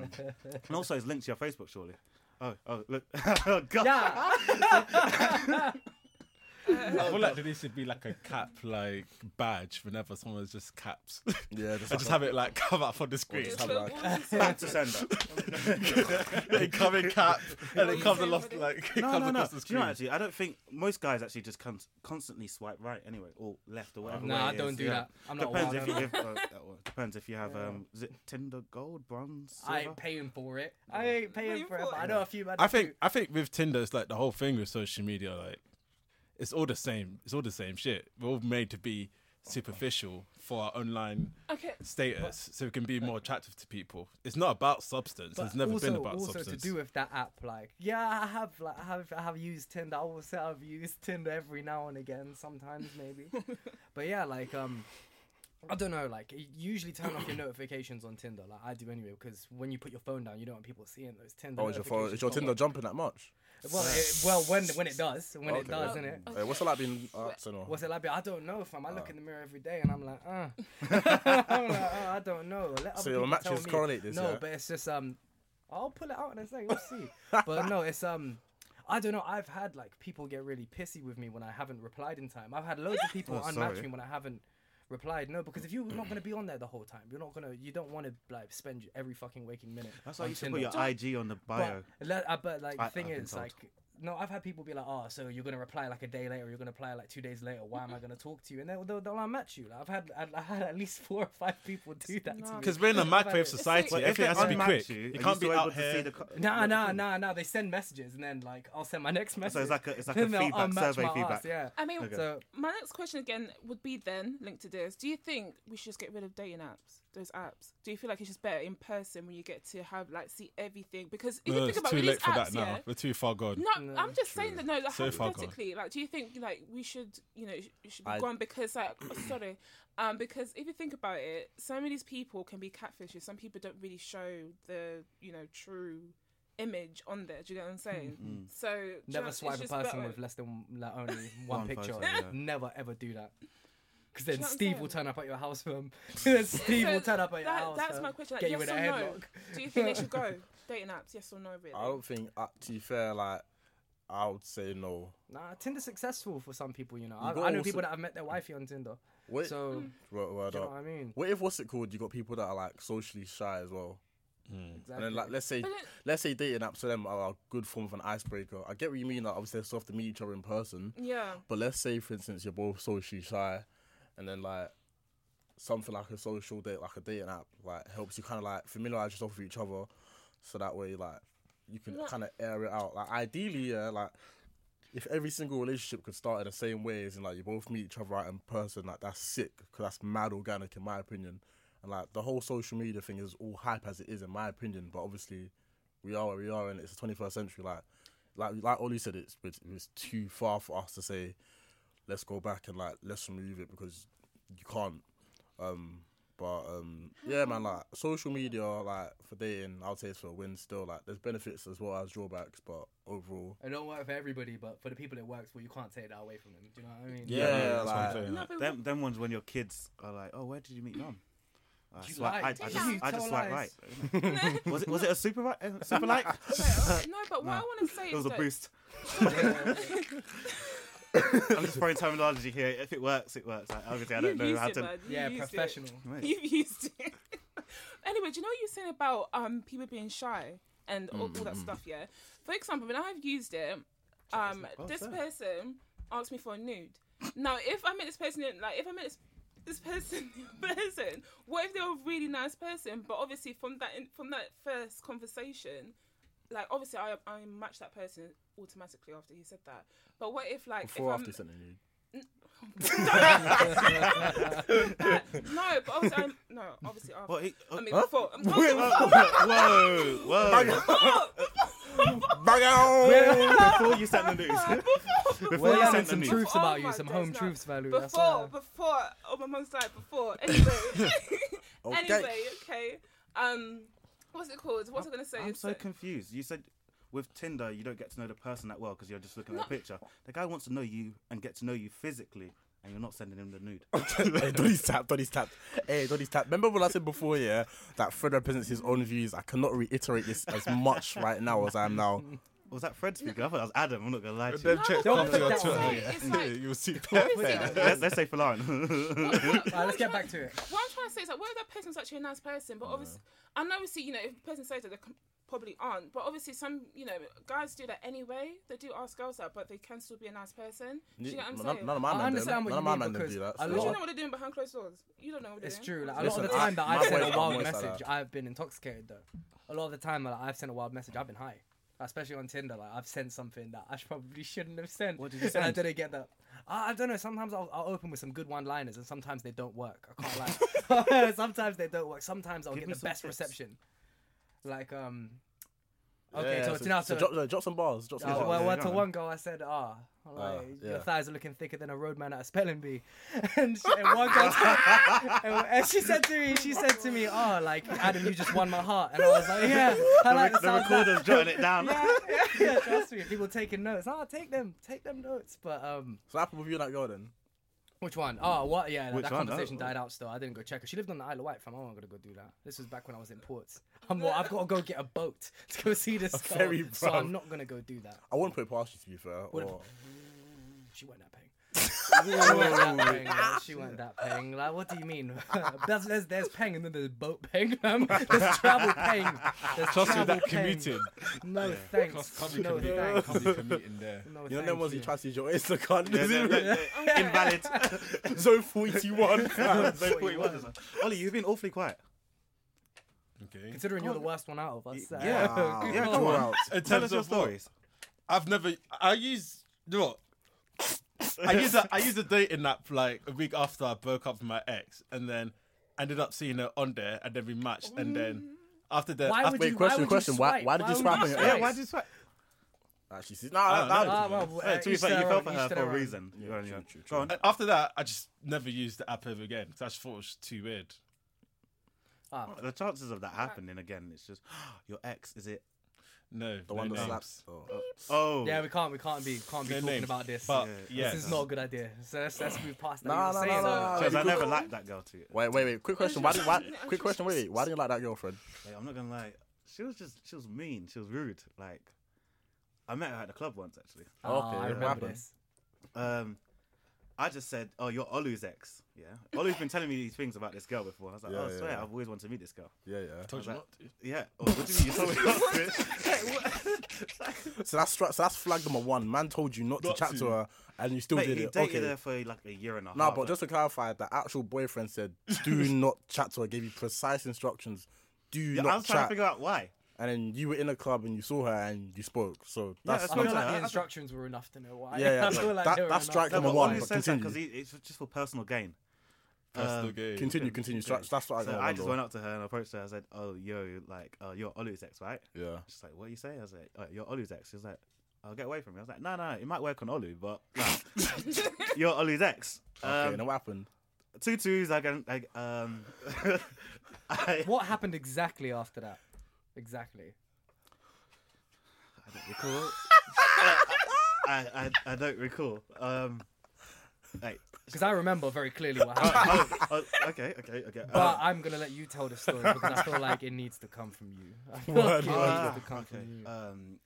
and also, it's linked to your Facebook, surely. Oh, oh, look. oh, God.
yeah,
I feel like there needs to be like a cap like badge whenever someone's just caps.
Yeah,
I just have it like come up on the screen.
It's
have
the-
like-
what was it?
Back to sender.
they come in cap and it
you
comes
saying
along
about it?
like it
No,
comes
no, no.
across the
Do you
screen.
know, what, actually, I don't think most guys actually just con- constantly swipe right anyway, or left or whatever.
Nah,
way
I
it
don't
is,
do
yeah.
that. I'm not
Depends
wild,
if
I'm
you
not.
give. Uh, that one. Depends if you have um, is it Tinder Gold, Bronze,
I
silver?
ain't paying for it. I ain't paying
Paying
for it.
for
But
it.
I know a few. man
I
that do.
think I think with Tinder, it's like the whole thing with social media. Like, it's all the same. It's all the same shit. We're all made to be superficial for our online
Okay.
status, so we can be more attractive to people. It's not about substance.
But
it's never
also,
been about
also
substance.
to do with that app, like yeah, I have, like, I have, I have used Tinder. I will say I've used Tinder every now and again, sometimes maybe. but yeah, like um, I don't know, like you usually turn off your notifications on Tinder, like I do anyway, because when you put your phone down, you don't want people seeing those Tinder.
Oh, is your phone,
notifications
is your
pop
Tinder
up.
jumping that much?
Well, it, well, when when it does, when it
Okay.
does, innit?
Hey, what's it like being uh, so
What's it like? I don't know, fam. I
Ah.
look in the mirror every day and I'm like, uh. I'm like, uh, I don't know. Let other
your
people
matches
tell me.
correlate this,
No,
yeah?
but it's just um, I'll pull it out and say, we'll see. but no, it's um, I don't know. I've had like people get really pissy with me when I haven't replied in time. I've had loads of people
Oh,
unmatch
sorry.
me when I haven't replied. No, because if you're not going to be on there the whole time, you're not going to. You don't want to like spend every fucking waking minute.
That's why
on
you should
Tinder.
put your IG on the bio.
But, le- uh, but like
Oh, I-
the thing
I've been
is,
told.
like, no, I've had people be like, "Oh, so you're gonna reply like a day later? You're gonna reply like two days later? Why am I gonna talk to you?" And they'll they'll, they'll unmatch you. Like, I've had I, I had at least four or five people do that to me.
Because we're in a microwave
It's like-
society.
Well,
if they
Everything has to be
unmatch
quick.
you,
You,
are you
can't be
still able
out
to see
here. Mm,
the co-
Nah,
the
nah,
thing?
nah, nah. They send messages and then like I'll send my next message.
So it's like a, it's like a
Then they'll
feedback
unmatch
survey
my
feedback.
ass, yeah.
I mean,
So
my next question again would be then linked to this. Do you think we should just get rid of dating apps, those apps? Do you feel like it's just better in person when you get to have like see everything? Because if you
No,
think
it's
about
too
with
late
these
for
apps,
that now.
yeah.
We're too far gone.
No, I'm just saying that. No, like,
So far gone.
hypothetically, like, do you think like we should, you know, it should be
I-
gone because like, oh, sorry, um, because if you think about it, so many of these people can be catfishes. Some people don't really show the, you know, true image on there. Do you get what I'm saying?
Mm-hmm.
So do you know,
never
it's
swipe a
just
person
better.
with less than like, only one,
One
picture.
photo, yeah.
Never ever do that. Because
Do
then
you know what I'm
Steve will
saying?
turn up at your house for him. then Steve will
So
turn up at your
that-
house.
That's
um,
my question. Like,
get you
yes
in a
or no?
headlock.
Do you think they should go dating apps? Yes or no? Really?
Oh.
I don't think, uh, to be fair, like, I would say no.
Nah, Tinder's successful for some people, you know. I,
gotta
I know
also-
people that have met their wifey on Tinder.
Wait,
So,
word, word
do you know
up.
what I mean?
What if what's it called? You got people that are like socially shy as well, and
Exactly.
then like let's say
But it-
let's say dating apps to them are a good form of an icebreaker. I get what you mean. Like obviously they still have to meet each other in person,
Yeah.
but let's say for instance you're both socially shy, and then like something like a social date, like a dating app, like helps you kind of like familiarize yourself with each other, so that way like you can
Yeah.
kind of air it out. Like ideally, yeah, like. If every single relationship could start in the same way, as in like you both meet each other out in person, like that's sick because that's mad organic in my opinion. And like the whole social media thing is all hype as it is in my opinion, but obviously we are where we are and it's the 21st century. Like, like, like Ollie said, it's it's, it's too far for us to say let's go back and like let's remove it because you can't. Um, but um, yeah, man, like social media, like for dating, I'll say it's for a win still. Like, there's benefits as well as drawbacks, but overall,
It don't work for everybody, but for the people it works, well, you can't take that away from them. Do you know what I mean?
Yeah,
that's what I'm
like-
saying,
No,
like,
but
Them, them ones when your kids are like, oh, where did you meet mum? I,
You
swipe-
lied.
I, I just,
You
I
tell
just like right.
lies.
was it was it a super right? uh, Super like?
okay, no, but what
Nah.
I want to say
It
is
was a
that-
boost.
Yeah.
I'm just throwing terminology here. If it works, it works. Like, obviously, I
You've
don't know
used
how
it,
to.
man. You've
yeah,
used it.
professional.
Mate.
You've used it. anyway, do you know what you're saying about um people being shy and all, all that stuff? Yeah. For example, when I've used it, um,
Oh,
this
eh?
fair.
person asked me for a nude. Now, if I met this person, in, like if I met this this person person, what if they were a really nice person? But obviously, from that in, from that first conversation, like obviously, I I match that person automatically after he said that. But what if like
before
if
after
I'm,
sending you.
no, but obviously, I'm, no, obviously after.
What, it, oh,
I mean, before. I'm talking about-
whoa, whoa! Before you sent the news, before
We're
you sent
learning
the
some
news.
truths
Oh
about
my
you, some
days,
home
no.
truths value. that's
before,
all.
before, oh my mum's died before. Anyway, anyway, okay. Um, what's it called? What's I gonna say?
I'm
It's
so
like-
confused. You said with Tinder, you don't get to know the person that well because you're just looking at
No.
a picture. The guy wants to know you and get to know you physically, and you're not sending him the nude.
hey, Donny's tapped, Donny's tapped. Hey, Donny's tapped. Remember what I said before, yeah? That Fred represents his own views. I cannot reiterate this as much right now as I am now.
Was that Fred speaking? I thought that was Adam. I'm not gonna lie to you.
Them check
Don't
comes
put
on
that
Twitter,
on.
yeah.
It's like-
Yeah, you'll see.
obviously, the
let's, let's say for Lauren.
what,
Alright,
what, what
let's
I'm
get
trying-
back to it.
What I'm trying to say is that whether that person was actually a nice person, but obviously, and obviously, you know, if the person says that they com- probably aren't, but obviously, some you know guys do that anyway. They do ask girls that, but they can still be a nice person. Do you know what I'm
none,
saying?
none of my
I
men
understand
them.
what you
None of my
mean
men them
because
do that.
a
so-
but
lot
you
of-
know what they're doing behind closed doors. You don't know what they're
It's
doing.
true. Like, a
Listen,
lot of the
I-
time that
my
I've sent
boys
a
are
wild
always like
message,
that.
I've been intoxicated though. A lot of the time like, I've sent a wild message, I've been high. Especially on Tinder, like I've sent something that I sh- probably shouldn't have sent.
What did you
And I
send?
didn't get that. I, I don't know. Sometimes I'll, I'll open with some good one-liners, and sometimes they don't work. I can't lie. sometimes they don't work. Sometimes I'll
Give
get
me
the
some
best
tips.
reception. Like um. Okay,
Yeah,
so,
so,
now
so
to-
drop, uh, drop some bars. Drop some
uh,
bars.
well,
yeah,
well,
go
to
on.
one girl, I said, "Ah, like,
yeah.
your thighs are looking thicker than a roadman at a spelling bee," and, she, and one girl, said- and, and she said to me, she said to me, "Oh, like Adam, you just won my heart," and I was like, "Yeah, I like the,
the
sound of that."
recorder's jotting it down.
Yeah, yeah, yeah, trust me, people taking notes. Ah, take them, take them notes. But um,
So what happened with you and that girl then?
Which one? Oh, what? Yeah, that,
Which
that
one?
conversation
Oh.
died out. Still, I didn't go check her. She lived on the Isle of Wight, fam. I'm not gonna go do that. This was back when I was in ports. I'm more. I've got to go get a boat to go see this. girl,
ferry,
so
bruv.
I'm not gonna go do that.
I wouldn't put it past you to be fair.
Would've-
Or,
She weren't that paying. she weren't that paying. man. She weren't that paying. Like, what do you mean? there's, there's there's paying and then there's boat paying. fam. there's travel paying. There's
Trust me,
travel
that
paying.
commuting.
No
Cost
thanks.
covered
No
commuting.
thanks.
Covered commuting there.
No
you know,
thank
then once you
you.
try to use your Instagram,
Yeah, yeah, yeah, yeah. Invalid.
zone 41.
Zone 41 is like- Ollie, you've been awfully quiet.
Okay.
Considering you're the worst one out of us. uh,
Yeah. Yeah, come on.
In
Tell us
terms
your
of what?
stories.
I've never. I use. You know what? I use a, I use a dating app like a week after I broke up with my ex, and then ended up seeing her on there, and then we matched, and then after that,
Why
after,
would
wait,
you,
question,
why would
question,
You
why-
swipe?
why did you
would
swipe on your
Yeah,
Nice.
why did you swipe?
Actually, see, nah,
don't
nah,
know.
Ah, well,
Yeah,
uh,
to be
each
fair, you
their
fell
own,
for
each
her
their
for a
own.
reason.
Yeah,
You're on
true,
your own.
true,
Go
true.
on.
and after that, I just never used the app ever again 'cause I just thought it was too weird.
Ah,
The chances of that happening again, it's just your ex, is it?
No,
The one
no
that
names.
slaps. Oh.
Oh.
yeah, we can't, we can't be, can't be
No
talking
names,
about this.
But
Yeah.
yeah,
this is not a good idea. So let's, let's move past that.
Nah,
You were
nah,
saying,
nah,
uh,
nah.
Because I
Good
never
call.
liked that girl to you.
Wait, wait, wait. Quick question. Why did why? Quick question. Wait, wait. Why didn't you like that girlfriend?
Like, I'm not gonna lie. She was just she was mean. She was rude. Like I met her at the club once actually.
ah,
Okay,
I
what
remember
happened?
this.
Um, I just said, "Oh, you're Olu's ex." Yeah, Olu's been telling me these things about this girl before. I was like,
Yeah,
"Oh, I swear,
yeah.
I've always wanted to meet this girl."
Yeah, yeah.
told you not to.
Yeah. Oh, what do you mean? You told me not to?
So that's stra- so that's flag number one. Man told you not,
Not
to chat to
to.
her, and you still
Mate,
did
he
it.
dated
Okay.
her for like a year and a half.
No, but just to clarify, the actual boyfriend said, "Do not chat to her." Gave you precise instructions. Do
Yeah, I
not
was trying to
chat.
figure out why.
And then you were in a club and you saw her and you spoke. So that's
that's
I
what
feel
I'm
like
saying. I-
the
I-
instructions were enough to know why.
Yeah, yeah,
I feel
that-
like
that-
they were
that's
enough.
strike
No,
Number
but
one,
Olu
but
says that because
continue.
it's just for personal gain.
Personal
Um,
game.
continue, continue. So that's- that's what I
So
got.
I just went up to her and approached her. I said, "Oh, yo, like, uh, you're Olu's ex, right?"
Yeah.
She's like, "What are you saying?" I was like, oh, "You're Olu's ex." She's like, "I'll get away from you." I was like, "No, no, it might work on Olu, but nah. you're Olu's ex."
Okay.
Um,
Then what happened?
two twos. I can. I, um, I,
What happened exactly after that? Exactly.
I don't recall. I, I, I don't recall. Um, like,
Because I remember very clearly what happened.
oh, oh, okay, okay, okay.
But
Um,
I'm gonna let you tell the story because I feel like it needs to come from you. I feel like it
ah,
needs to come
okay.
from you.
Um,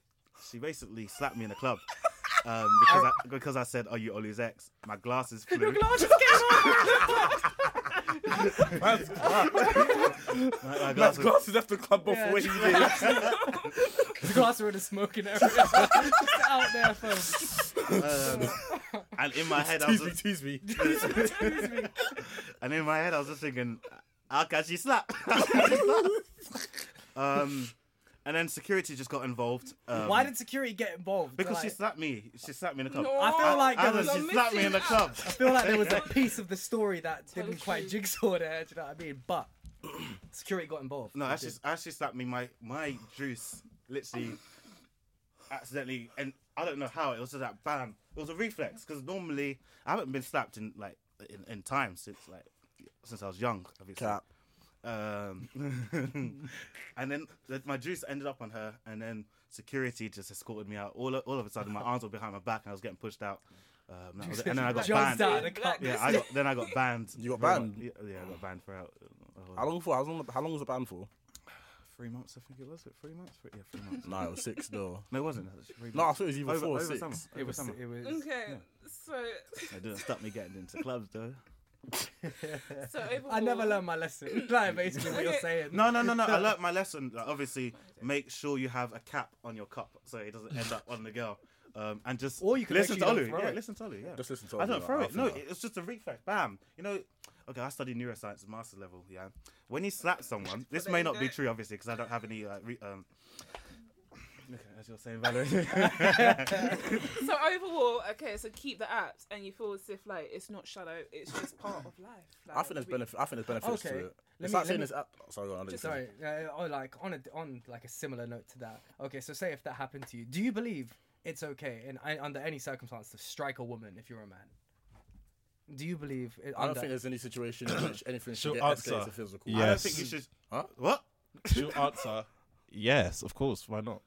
she basically slapped me in the club. Um, because I, because I said, "Are you Olu's ex?" My glasses flew. My, my glasses.
glasses left the club before
he The glass were in the smoking area. Just out there, folks.
um, and in my head, I was. Just,
Tease me.
and in my head, I was just thinking, "How can she slap?" um, and then security just got involved. Um,
Why did security get involved?
Because she
like,
slapped me. She slapped me in the club.
No.
I feel like there
Alan,
was,
You're
she slapped me in the
missing
club.
I feel like there was a piece of the story that
Tell
didn't
the
quite
truth.
jigsaw there. Do you know what I mean? But security got involved.
No,
They
actually,
did.
actually slapped me. My my juice literally accidentally, and I don't know how. It was just like bam. It was a reflex because normally I haven't been slapped in like in, in time since like since I was young. Obviously.
Cap.
Um, and then the- my juice ended up on her, and then security just escorted me out. All all of a sudden, my arms were behind my back, and I was getting pushed out. Um, that was it. and then I got
Jumped
banned.
out of the cup.
Yeah, I got, then I got banned.
You got
for a-
banned?
Yeah, yeah, I got banned uh, for out.
How long for? How long? How long was the ban for?
Three months, I think it was. was it Three months? Three, yeah, three months.
No, it was six though.
No, it wasn't. It was three
No, I
months.
thought it was even
over,
four or
over
six.
summer.
It
over
was.
summer.
It was.
Okay,
It didn't stop me getting into clubs though.
so so overall,
I never learned my lesson. like basically what you're
Okay.
saying.
No, no, no, no. I learnt my lesson. Like, obviously, make sure you have a cap on your cup so it doesn't end up on the girl. Um, and just
Or you can make
listen
sure
to
you don't
Olu.
throw
Yeah,
it.
listen to Olu. Yeah.
Just listen to
I
Olu,
don't
like,
throw
I
it. No,
think that-
it's just a reflex. Bam. You know. Okay, I studied neuroscience at master's level. Yeah. When you slap someone, this
But
may
they
not be
don't.
true, obviously, because I don't have any. Like, re- um... Okay, as you're saying, Valerie.
so overall, okay, so keep the apps, and you feel as if like it's not shallow, it's just part of life. Like,
I think there's
we-
benefit. I think there's benefits
Okay.
to it.
Let
it's
me-
like
let
saying
me-
this. App... Sorry, go on, I'll let you
Just-
finish.
Sorry, uh, or like on a, on like a similar note to that. Okay, so say if that happened to you, do you believe it's okay in I, under any circumstance to strike a woman if you're a man? Do you believe? It,
I don't
under-
think therere's any situation in which anything should
She'll
get
answer.
escalated to
I
physical.
don't
Yes.
think you should.
Huh?
What?
She'll answer, yes, of course, why not?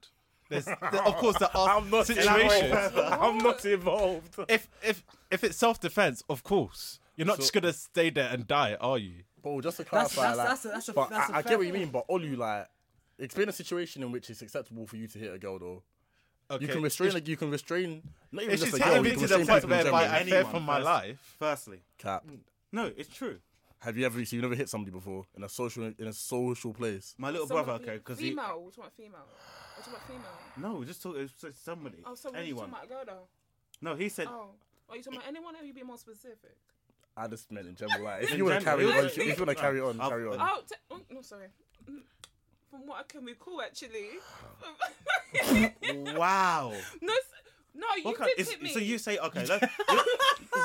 There's, there- of course, there are
I'm not
situations.
involved. I'm not involved.
If if if it's self defense, of course, you're not just gonna stay there and die, are you?
Bro, just to
That's- that's-
clarify, like,
that's a- that's a-
but
that's
I
a
I
fair
get what you
point.
mean. But Olu, like, explain a situation in which it's acceptable for you to hit a girl, though.
Okay.
You can restrain, like, you can restrain. Not even
If
just
she's
a
hitting
girl. You
me
can
to the
restrain
point
people in
where
general.
I fear
Anyone
for my
first.
life,
Firstly,
Cap.
no, it's true.
Have you ever? So you never hit somebody before in a social in a social place?
My little
Someone
brother,
fe-
okay, because he.
female. What do you want female? What do you want female?
No, we just talking it's somebody.
Oh, so we're
anyone.
talking about a girl though.
No, he said.
Oh, are you talking about anyone? Or are you being more specific?
I just meant in general. Like, if
In
you want to
general,
carry
it
on,
was-
if you want to carry on,
I've-
carry on.
Oh, t- oh, no, sorry. From what I can recall, actually.
Wow.
no, s- no, you
What kind-
did
it's-
hit me.
so you say okay? Look, what,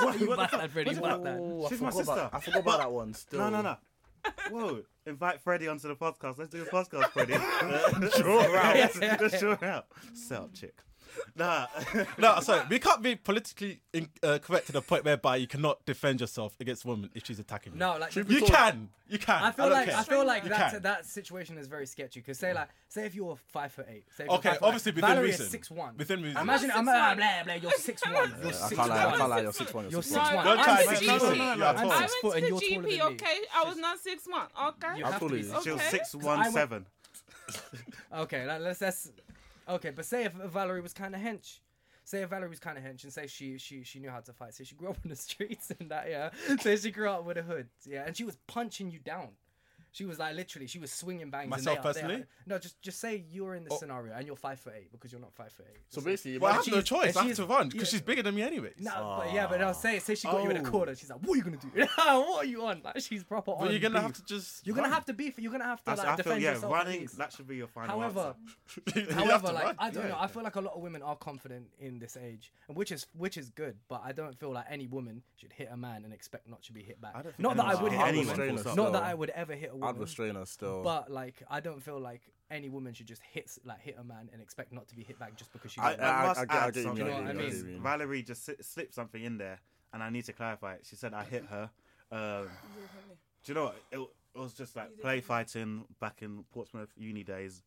what the fuck?
Bastard, really. Bastard.
Oh, I
She's my
forgot about-
sister.
I forgot about that one. Still.
No, no, no. Whoa! Invite Freddie onto the podcast. Let's do a podcast, Freddie. sure out. Just sure out. Sell chick. Nah.
no, sorry, we can't be politically in, uh, correct to the point whereby you cannot defend yourself against a woman if she's attacking you.
No, like
you can, you can.
I feel
don't
like
care.
I feel like
You
that
can.
that situation is very sketchy. Cause say like say if you're five foot eight. Say if you're
Okay,
five foot eight,
obviously within
Valerie
reason.
Is six one.
Within reason.
Imagine
I'm
I'm
not
uh,
6'1".
blah blah. You're six one. You're
I
six one. You're
can't lie. I can't lie. You're six one. one.
six one.
Don't try
I'm
and
six
six no,
foot.
no, no, no,
I'm
no.
six
I went
foot
to
and
the
you're taller
GP,
than me.
okay? I was not six months, okay?
You
I'm
have to
taller
be
than
six
you.
She was
Okay.
six one seven.
Okay, like, let's that's okay. But say if Valerie was kind of hench, say if Valerie was kind of hench, and say she she she knew how to fight. Say she grew up on the streets and that, yeah. Say she grew up with a hood, yeah, and she was punching you down. She was like literally, she was swinging bangs. and
Myself
they are- they are-
personally?
no, just just say you're in this scenario and you're five foot eight because you're not five foot eight.
So basically,
Well, I have
imagine-
no
she's-
choice.
and
I have
she's-
to run because
yeah.
she's bigger than me anyway.
No, but yeah, but I'll say say she got you in a
Oh.
corner. She's like, what are you gonna do? what are you on? Like she's proper.
But
on
you're gonna
beef.
have to just.
You're gonna
run.
have to beef. You're gonna have to
That's,
like
I
defend
feel yeah.
yourself. at
Running.
least.
That should be your final
However,
answer.
You have
However,
to
like
run.
I don't
Yeah,
know, I feel like a lot of women are confident in this age, and which is which is good. But I don't feel like any woman should hit a man and expect not to be hit back.
don't think
Not that I
anyone
would
should
hit a
hit anyone,
woman.
I'd
full
restrain
stop.
her
Not that
still.
I would ever hit a
I'd
woman.
restrain her still.
But like, I don't feel like any woman should just hit like hit a man and expect not to be hit back just because she's.
I, uh,
a
I-
man.
I must
I get- I
add
get you,
something.
I get you, I get
because
you.
Valerie just si- slipped something in there, and I need to clarify it. She said I hit her. Um, do you know what? It, it was just like play fighting back in Portsmouth uni days.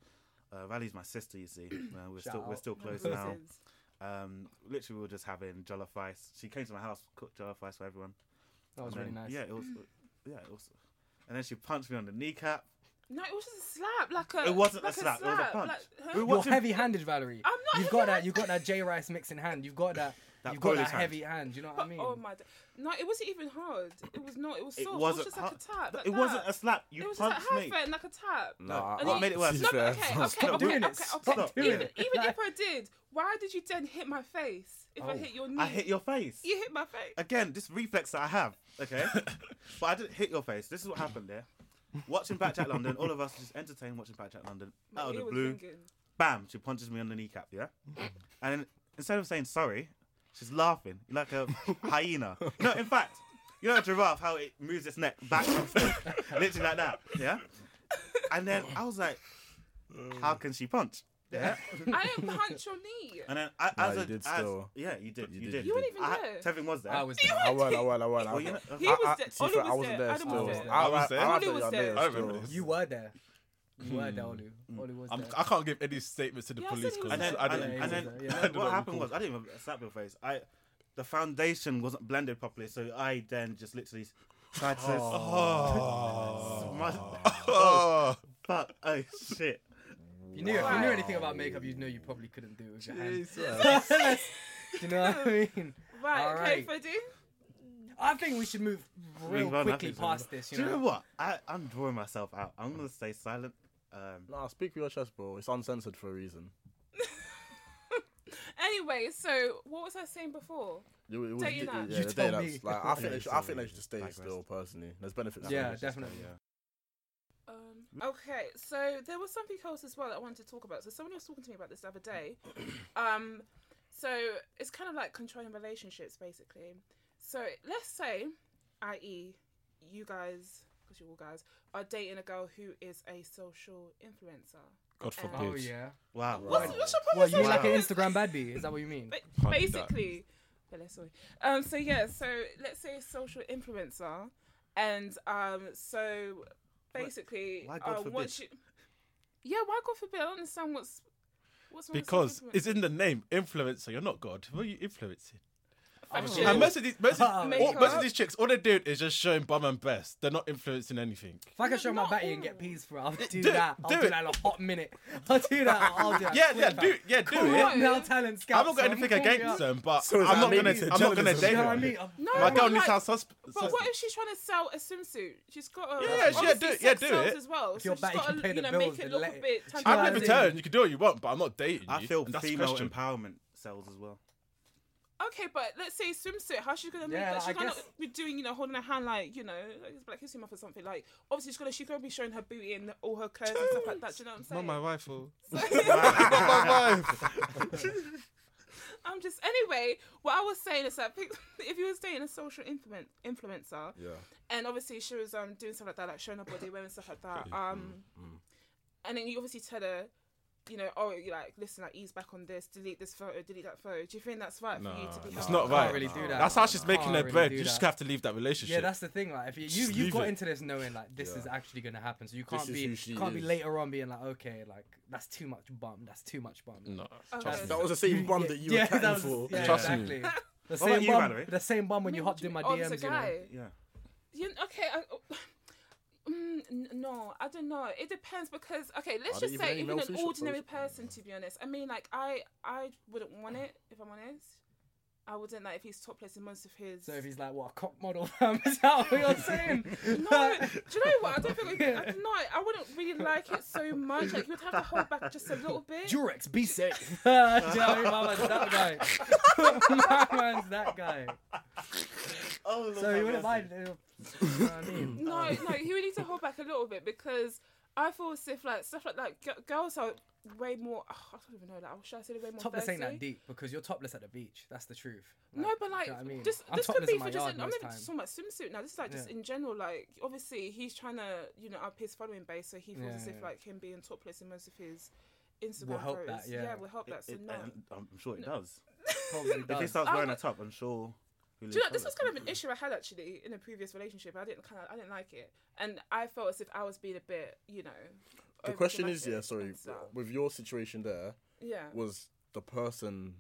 Uh, Valley's my sister, you see. Uh, we're
Shout
still we're
out.
still close now. Um, literally, we were just having jollof rice. She came to my house, cooked jollof rice for everyone.
That was
And
really
then-
nice.
Yeah, it was.
Mm.
Yeah, it was. And then she punched me on the kneecap.
No, it was just a slap, like a.
It wasn't
like
a slap. It was a punch.
like, huh?
We
You're
watching-
heavy-handed, Valerie.
I'm not
You've got that.
heavy-handed.
You've got that J Rice mix in hand. You've got that.
That
you've got that
Polish hand.
heavy hand. You know what I mean?
Oh my! d- No, it wasn't even hard. It was not. It was
It
soft. It, was
wasn't.
just like a
hu-
tap. Like
it
that.
wasn't a slap. You
It was just like
punched
half
me.
it and like a tap.
no,
No,
I,
what
I-
made it worse?
to be
No, but
fair,
okay,
I was
okay,
Stop
okay,
doing
okay,
it. Stop
okay.
doing
even
it.
even
Like-
if I did, why did you then hit my face? If I hit your knee,
Oh, I hit your face.
You hit my face.
Again, this reflex that I have. Okay, but I didn't hit your face. This is what happened there. Watching Blackjack London, all of us just entertained watching Blackjack London
My
out of
ear
the
was
blue.
ringing.
Bam! She punches me on the kneecap. Yeah, and instead of saying sorry, she's laughing like a hyena. No, in fact, you know a giraffe how it moves its neck back, and forth, literally like that. Yeah, and then I was like, how can she punch? Yeah.
I didn't punch your knee.
And then I,
Nah,
as
you
a,
did
as-
still.
yeah, you did, you, did.
did, you
did. You weren't even
I- Tevin was there.
I was.
I won, I won, I won. I
Well, you know,
won.
He
I-
was
I-
there.
to be
Ollie
fair,
was
I
there.
wasn't there
Adam was
still.
there.
I
Ollie was
was
there.
there. I was
Ollie was there.
I
there.
remember
still.
this.
You were there. You were there, Olu.
Hmm.
Olu was
I'm,
there.
I can't give any statements to the
Yeah, I
police
said it
because
was
and then,
I
and,
don't.
then-
yeah,
and
yeah,
then
yeah, yeah.
what-
I don't
what happened
recall.
was I didn't even slap your face. I, the foundation wasn't blended properly, so I then just literally tried to.
Oh.
Oh. smudge-
Oh,
But oh shit!
You knew if you knew anything about makeup, you'd know you probably couldn't do it with your hands.
Jesus.
Do you know what I mean?
Right,
All
okay,
right.
Freddie.
I think we should move real
Move on,
quickly
nothing's
past
going
this.
Do
You
you know
know.
what? I, I'm drawing myself out. I'm gonna stay silent. Um,
Nah, speak with your chest, bro. It's uncensored for a reason.
Anyway, so what was I saying before?
You, it was,
Tell you
yeah,
that.
yeah,
You
the
told
day
me.
that's, like, I think
Yeah,
they should, I
sorry,
think they should stay
digress.
still personally. There's benefits.
Yeah,
to it.
definitely.
yeah.
Um, okay, so there was something else as well that I wanted to talk about. So someone was talking to me about this the other day. Um, so it's kind of like controlling relationships, basically. So let's say, i.e., you guys, because you're all guys, are dating a girl who is a social influencer.
God
forbid.
Oh
forbid.
yeah.
Wow.
What's, what's your problem?
Well, you
with
mean like an
social
Instagram bad bee? Is that what you mean?
Ba-
Can't do that.
basically but let's- sorry. um so yeah so let's say social influencer and um so basically
Why God
uh, once you
forbid?
yeah why god forbid i don't understand what's What's wrong with
because
self-influence?
it's in the name influencer. You're not God. Who are you influencing?
Fashion.
Ew.
And most of these, most of,
Make
all, most of
up.
these chicks, all they're doing is just showing bum and best. They're not influencing anything.
If I could show my
Not
batty and
all.
get peas for it, I'll do,
do it,
that. I'll
do
do,
it.
that in a hot minute. I'll do that. I'll do that.
Yeah, yeah, do, yeah, do
Come
it.
on, now talent
I
scouts.
haven't got anything against them, but
So is
I'm
that
not
maybe
gonna,
it's
I'm not gonna
journalism?
date
You know what I
her.
mean? I'm-
No,
My girl
but
needs
like,
to have susp-
But what if she's trying to sell a swimsuit? She's got a
Yeah, yeah,
obviously
yeah, do it, yeah,
sex
do
sells
it.
as well.
If
So
your
she's
bae
got
can
to
pay
you
the
know
bills,
make it
then
look
let
a
it.
bit.
I'm
Like,
never
in-
telling you can do what you want, but I'm not dating you.
I feel
and that's the
female
question.
empowerment sells as well.
Okay, but let's say swimsuit. How's she gonna make
Yeah,
that? She's
I
gonna
guess-
be doing, you know, holding her hand like, you know, like it's Black History Month or something. Like, obviously she's gonna she's gonna be showing her booty and all her curves and stuff like that. Do you know what I'm
Not
saying?
my wife. oh.
I'm just anyway. What I was saying is that pic- if you was dating a social influen- influencer,
Yeah.
and obviously she was um doing stuff like that, like showing her body, wearing stuff like that,
Mm,
um, and then you obviously tell her, you know, oh, you like listen, like ease back on this, delete this photo, delete that photo. Do you think that's right for you to be?
It's
held
not
accountable?
right.
Can't really do that.
That's how she's making
Can't
her
really
bread.
do
You just
that.
have to leave that relationship.
Yeah, that's the thing. Like, if you, you
Just
you've
leave
got
it.
into this knowing like this is actually going to happen, so you can't
is
be
who she
can't be
is.
later on being like, okay, like that's too much bum, that's too much bum.
no.
Okay.
That was the same bum that you were
that
catting
was-
for.
yeah,
Trust me.
exactly. The
about
same
you,
bum,
Valerie?
the same bum when you
What
hopped
do
in my
mean? Oh,
DMs.
there's a
You know?
guy.
Yeah.
You okay? I, mm, n- no, I don't know. It depends because okay, let's
Are there
just
even
say
any
even
male
an
sushi
ordinary
shops?
person. To be honest, I mean, like I, I wouldn't want it if I'm honest. I wouldn't like if he's topless in most of his.
So if he's like, what a cock model, fam? Is that what "Oh, you're saying?
no, do you know what? I don't think I, I don't know. I wouldn't really like it so much. Like you'd have to hold back just a little bit.
Durex, be safe. Do you know what I mean? My man's that guy. my man's that guy.
Oh,
So he wouldn't mind. uh, You know what I mean?
No, no, he would need to hold back a little bit because I feel as if like stuff like that, g- girls are way more. ugh, I don't even know. Like, should I say they're way more?
Topless ain't that
thirsty?
deep because you're topless at the beach. That's the truth.
No, but like,
do you know what I mean?
this,
I'm
this could
topless
be
in my
for just.
yard
I'm not
most
even just
time.
talking about swimsuit now. This is like just
Yeah.
in general. Like, obviously, he's trying to, you know, up his following base, so he feels
Yeah,
as if
yeah.
like him being topless in most of his Instagram
Will help
photos,
that, yeah.
will help that. So
It-
no.
and I'm sure it does.
Probably
If he
does.
starts
I
wearing a
would-
top, I'm sure. he'll
Do you know
lose
this was
colour.
kind of an issue I had actually in a previous relationship. I didn't kind of I didn't like it, and I felt as if I was being a bit, you know.
The question is, yeah,
overdramatic
sorry,
and stuff.
with your situation there,
Yeah.
was the person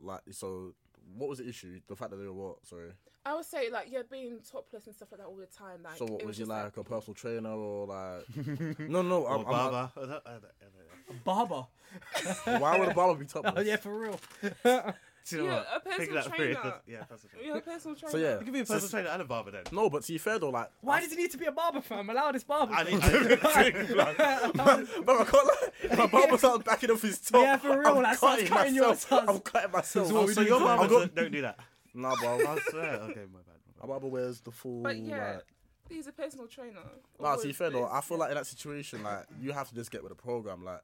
like so? What was the issue? The fact that they were what? Sorry.
I would say like yeah, being topless and stuff like that all the time. Like,
so what
it
was, you
just
like, a personal trainer or like? no, no.
Or
I'm, I'm
barber. I don't- I don't- I don't know.
Barber.
like, why would a barber be topless?
Oh yeah, for real.
Do you know
Yeah,
what?
a personal
Think that through.
trainer.
That's- Yeah, personal trainer.
You're a personal trainer.
uh, So yeah.
You could be a personal trainer and a barber then.
No, but to be fair though, like,
Why does he need to be a barber, fam? Allow this barber.
I need,
but I can't lie. My barber started backing off his top.
Yeah, for real, like, starts cutting your
myself.
tongues.
I'm cutting myself.
oh, so your barber doesn't- don't do that.
Nah, bro.
I swear. Okay, my bad. My
My
bad.
barber wears the full.
But yeah,
like,
he's a personal trainer.
Nah, to be
Always
fair though,
is.
I feel like in that situation, like you have to just get with the program. Like,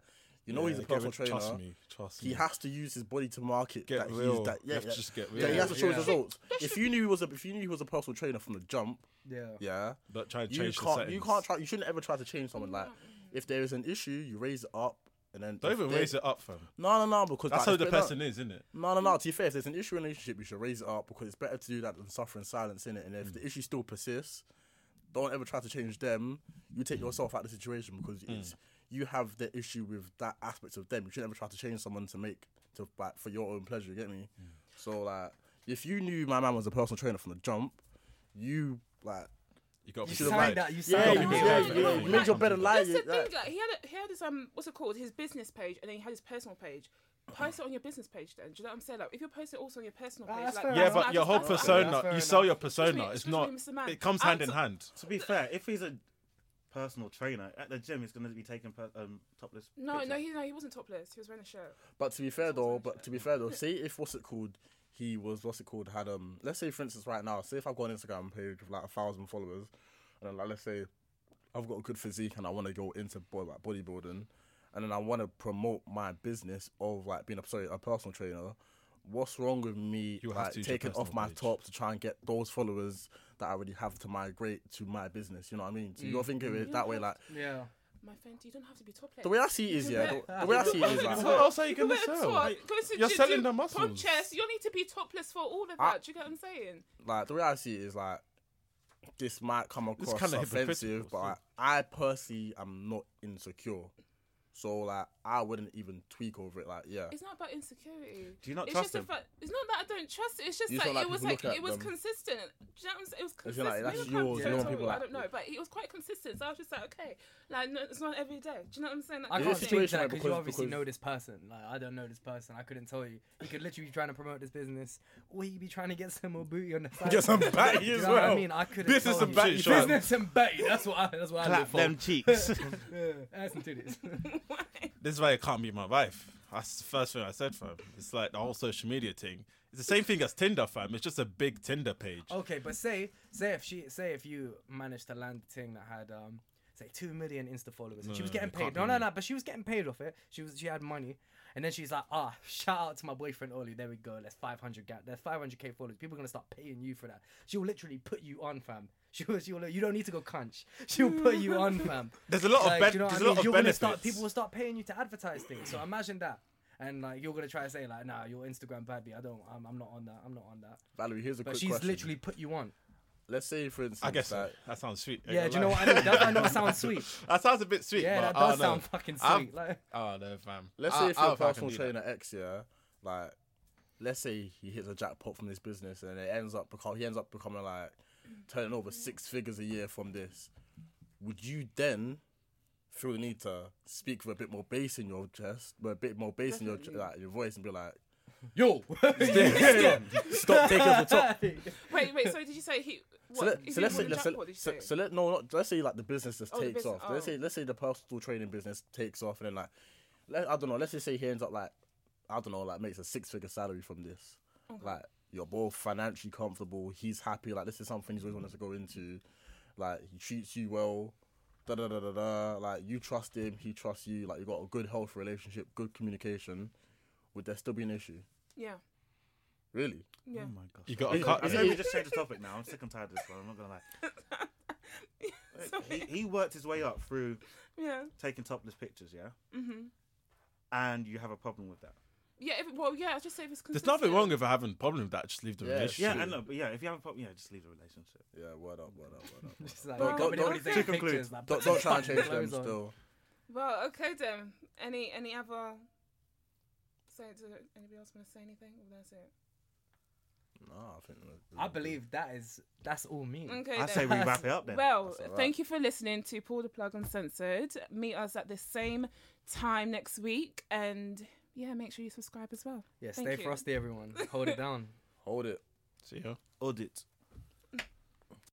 you know, he's a
get
personal
with-
trainer.
Trust me, trust
He
me.
has to use his body to market
Get
that
real.
he's that.
You
Yeah,
have to
yeah.
just get
Yeah, he
real.
has to show
Yeah.
his results. If you knew he was a, if you knew he was a personal trainer from the jump,
Yeah.
yeah,
Don't try and
you
change the
can't.
settings.
You can't try. You shouldn't ever try to change someone. Like, if there is an issue, you raise it up, and then
Don't
if
even
they-
raise it up, fam.
No, no, no, because
That's
like,
how
it's
the
better-
person is, isn't it?
No, no, no. To be fair, if there's an issue in a relationship, you should raise it up because it's better to do that than suffer in silence, innit? And if the issue still persists, don't ever try to change them. You take yourself out of the situation because it's you have the issue with that aspect of them. You should never try to change someone to make to like for your own pleasure. You get me? So like, if you knew my man was a personal trainer from the jump, you like
You got
You
should've
signed
lied.
that. You
yeah,
signed
you,
that.
lied.
yeah, you,
Yeah,
you
you
made your
lied.
bed and lie.
That's the
you- like-
thing. Like, he had a, he had his um what's it called? His business page, and then he had his personal page. Post it on your business page, then. Do you know what I'm saying? Like, if you're posting also on your personal
Ah,
page,
that's
like,
fair
Yeah,
enough.
that's
but
not-
your whole
that's not-
enough.
persona,
Fair
you
enough.
sell your persona.
Excuse
It's
me,
not.
excuse me, Mr. Man.
It comes
I'm
hand in
so-
hand.
To be fair, if he's a personal trainer at the gym, he's going to be taking per- um, topless.
No,
pictures.
no, he no, he wasn't topless. He was wearing a shirt.
But to be fair though, but to be fair though, say if what's it called, he was what's it called had um. Let's say for instance right now, say if I've got an Instagram page with like a thousand followers, and then like let's say I've got a good physique and I want to go into bo- like bodybuilding, and then I want to promote my business of like being a sorry a personal trainer. What's wrong with me
You have
like
to use your
taking off
personal
my
page.
top to try and get those followers that I already have to migrate to my business? You know what I mean? So you're thinking of it that way, like
Yeah.
My friend, you don't have to be topless.
the way I see it is, yeah. The, the way I see it is, like,
What else are you
can
gonna
wear a
sell?
top, go to
You're
gym,
selling
do
the
pump
muscles.
chest. You don't need to be topless for all of that.
I-
do you get what I'm saying?
like the way I see it is like this might come across
kinda
offensive,
hypocritical,
but I, I personally am not insecure. So like I wouldn't even tweak over it. Like yeah,
It's not about insecurity.
Do you not
it's
trust
just the
them?
fact it's not that I don't trust it. It's just
You just
like,
don't like
it was
people
like
look at
it was
them.
consistent. Do you know what I'm saying? It was
If you're
consistent.
like, that's
Maybe I can't
yours,
be
you know,
total,
people
I
like-
don't know, but it was quite consistent. So I was just like, okay, like no, it's not every day. Do you know what I'm saying? That
I
It
kind
can't
is
of thing.
speak to
situational
that because you
because-
obviously
because-
know this person. Like I don't know this person. I couldn't tell you. He could literally be trying to promote this business, or he be trying to get some more booty on the side.
Get some batty
Do you
as
know what I
well.
mean, I couldn't.
Business
tell
and
you.
batty, sure.
Business and batty. That's what I. That's what I live
Clap
for.
them cheeks. Oh
yeah, ass and titties.
This is why it can't be my wife. That's the first thing I said for him. It's like the whole social media thing. It's the same thing as Tinder, fam. It's just a big Tinder page.
okay, but say say if she say if you managed to land a thing that had um say two million Insta followers and she was
no,
getting
it can't
paid.
be
No, no,
me.
no. But she was getting paid off it. She was she had money, and then she's like, ah, shout out to my boyfriend Ollie. There we go. That's five hundred gap. That's five hundred k followers. People are gonna start paying you for that. She will literally put you on, fam. She will. She will. You don't need to go crunch. She'll put you on, fam.
There's a lot
Like,
of ben-
do you know what
there's
I
a
mean?
lot
you're
of
gonna
benefits.
start. People will start paying you to advertise things. So imagine that. And like you're gonna try to say like, nah, your Instagram baby, I don't, I'm, I'm not on that, I'm not on that.
Valerie, here's a
But
quick
she's
question.
literally put you on.
Let's say for instance,
I guess so.
like,
that sounds sweet.
Yeah, do you know what I mean? That I know it sounds sweet.
That sounds a bit sweet.
Yeah,
but
that
I
does
don't know.
sound fucking sweet.
I'm-
Like,
Oh no, fam.
let's
I-
say if
I
you're
don't
a
think I can
personal
do that.
trainer X, yeah, like let's say he hits a jackpot from this business and it ends up become he ends up becoming like turning over six figures a year from this. Would you then feel the need to speak with a bit more bass in your chest, with a bit more bass in your ch- like your voice, and be like,
yo,
stop taking it to the top.
Wait, wait. So did you say he? What,
So, let,
if he
so let's say,
won the
let's say,
jackpot, did you
so,
say?
so let no, not let's say like the business just
Oh, the
takes
business-
off. Let's
oh.
say let's say the personal training business takes off, and then like, let, I don't know. Let's just say he ends up like, I don't know, like makes a six figure salary from this. Like you're both financially comfortable. He's happy. Like this is something he's always wanted to go into. Like he treats you well. Da da da da da. Like you trust him. He trusts you. Like you got a good health relationship, good communication. Would there still be an issue?
yeah,
Really?
yeah.
Oh my gosh.
You got a cut.
I
yeah.
say
eh?
we just change the topic now. I'm sick and tired of this one. I'm not gonna lie.
Sorry.
He, he worked his way up through
yeah,
taking topless pictures, yeah.
hmm
And you have a problem with that.
yeah. If, well, yeah. I just say if it's
There's
consistent.
nothing wrong with having a problem with that. Just leave the
Yeah,
relationship.
Yeah,
True.
I know, but yeah, if you have a problem, yeah, just leave the relationship.
Yeah. Word up. Word up. Word up.
She's like, don't,
Don't- don't-
don't,
don't-
do
to conclude,
pictures, like,
don't,
put
don't try and
fucking
change them.
clothes on.
Still.
Well, okay then. Any any other? Say, do anybody else want to say anything? Well, that's it.
No, I think.
I believe that is that's all me.
Okay.
I
then.
say we wrap it up then.
Well,
That's all right.
thank you for listening to Pull the Plug Uncensored. Meet us at the same time next week, and yeah, make sure you subscribe as well.
Yeah,
Thank
stay
you.
frosty, everyone. Hold it down.
Hold it.
See ya.
Audit.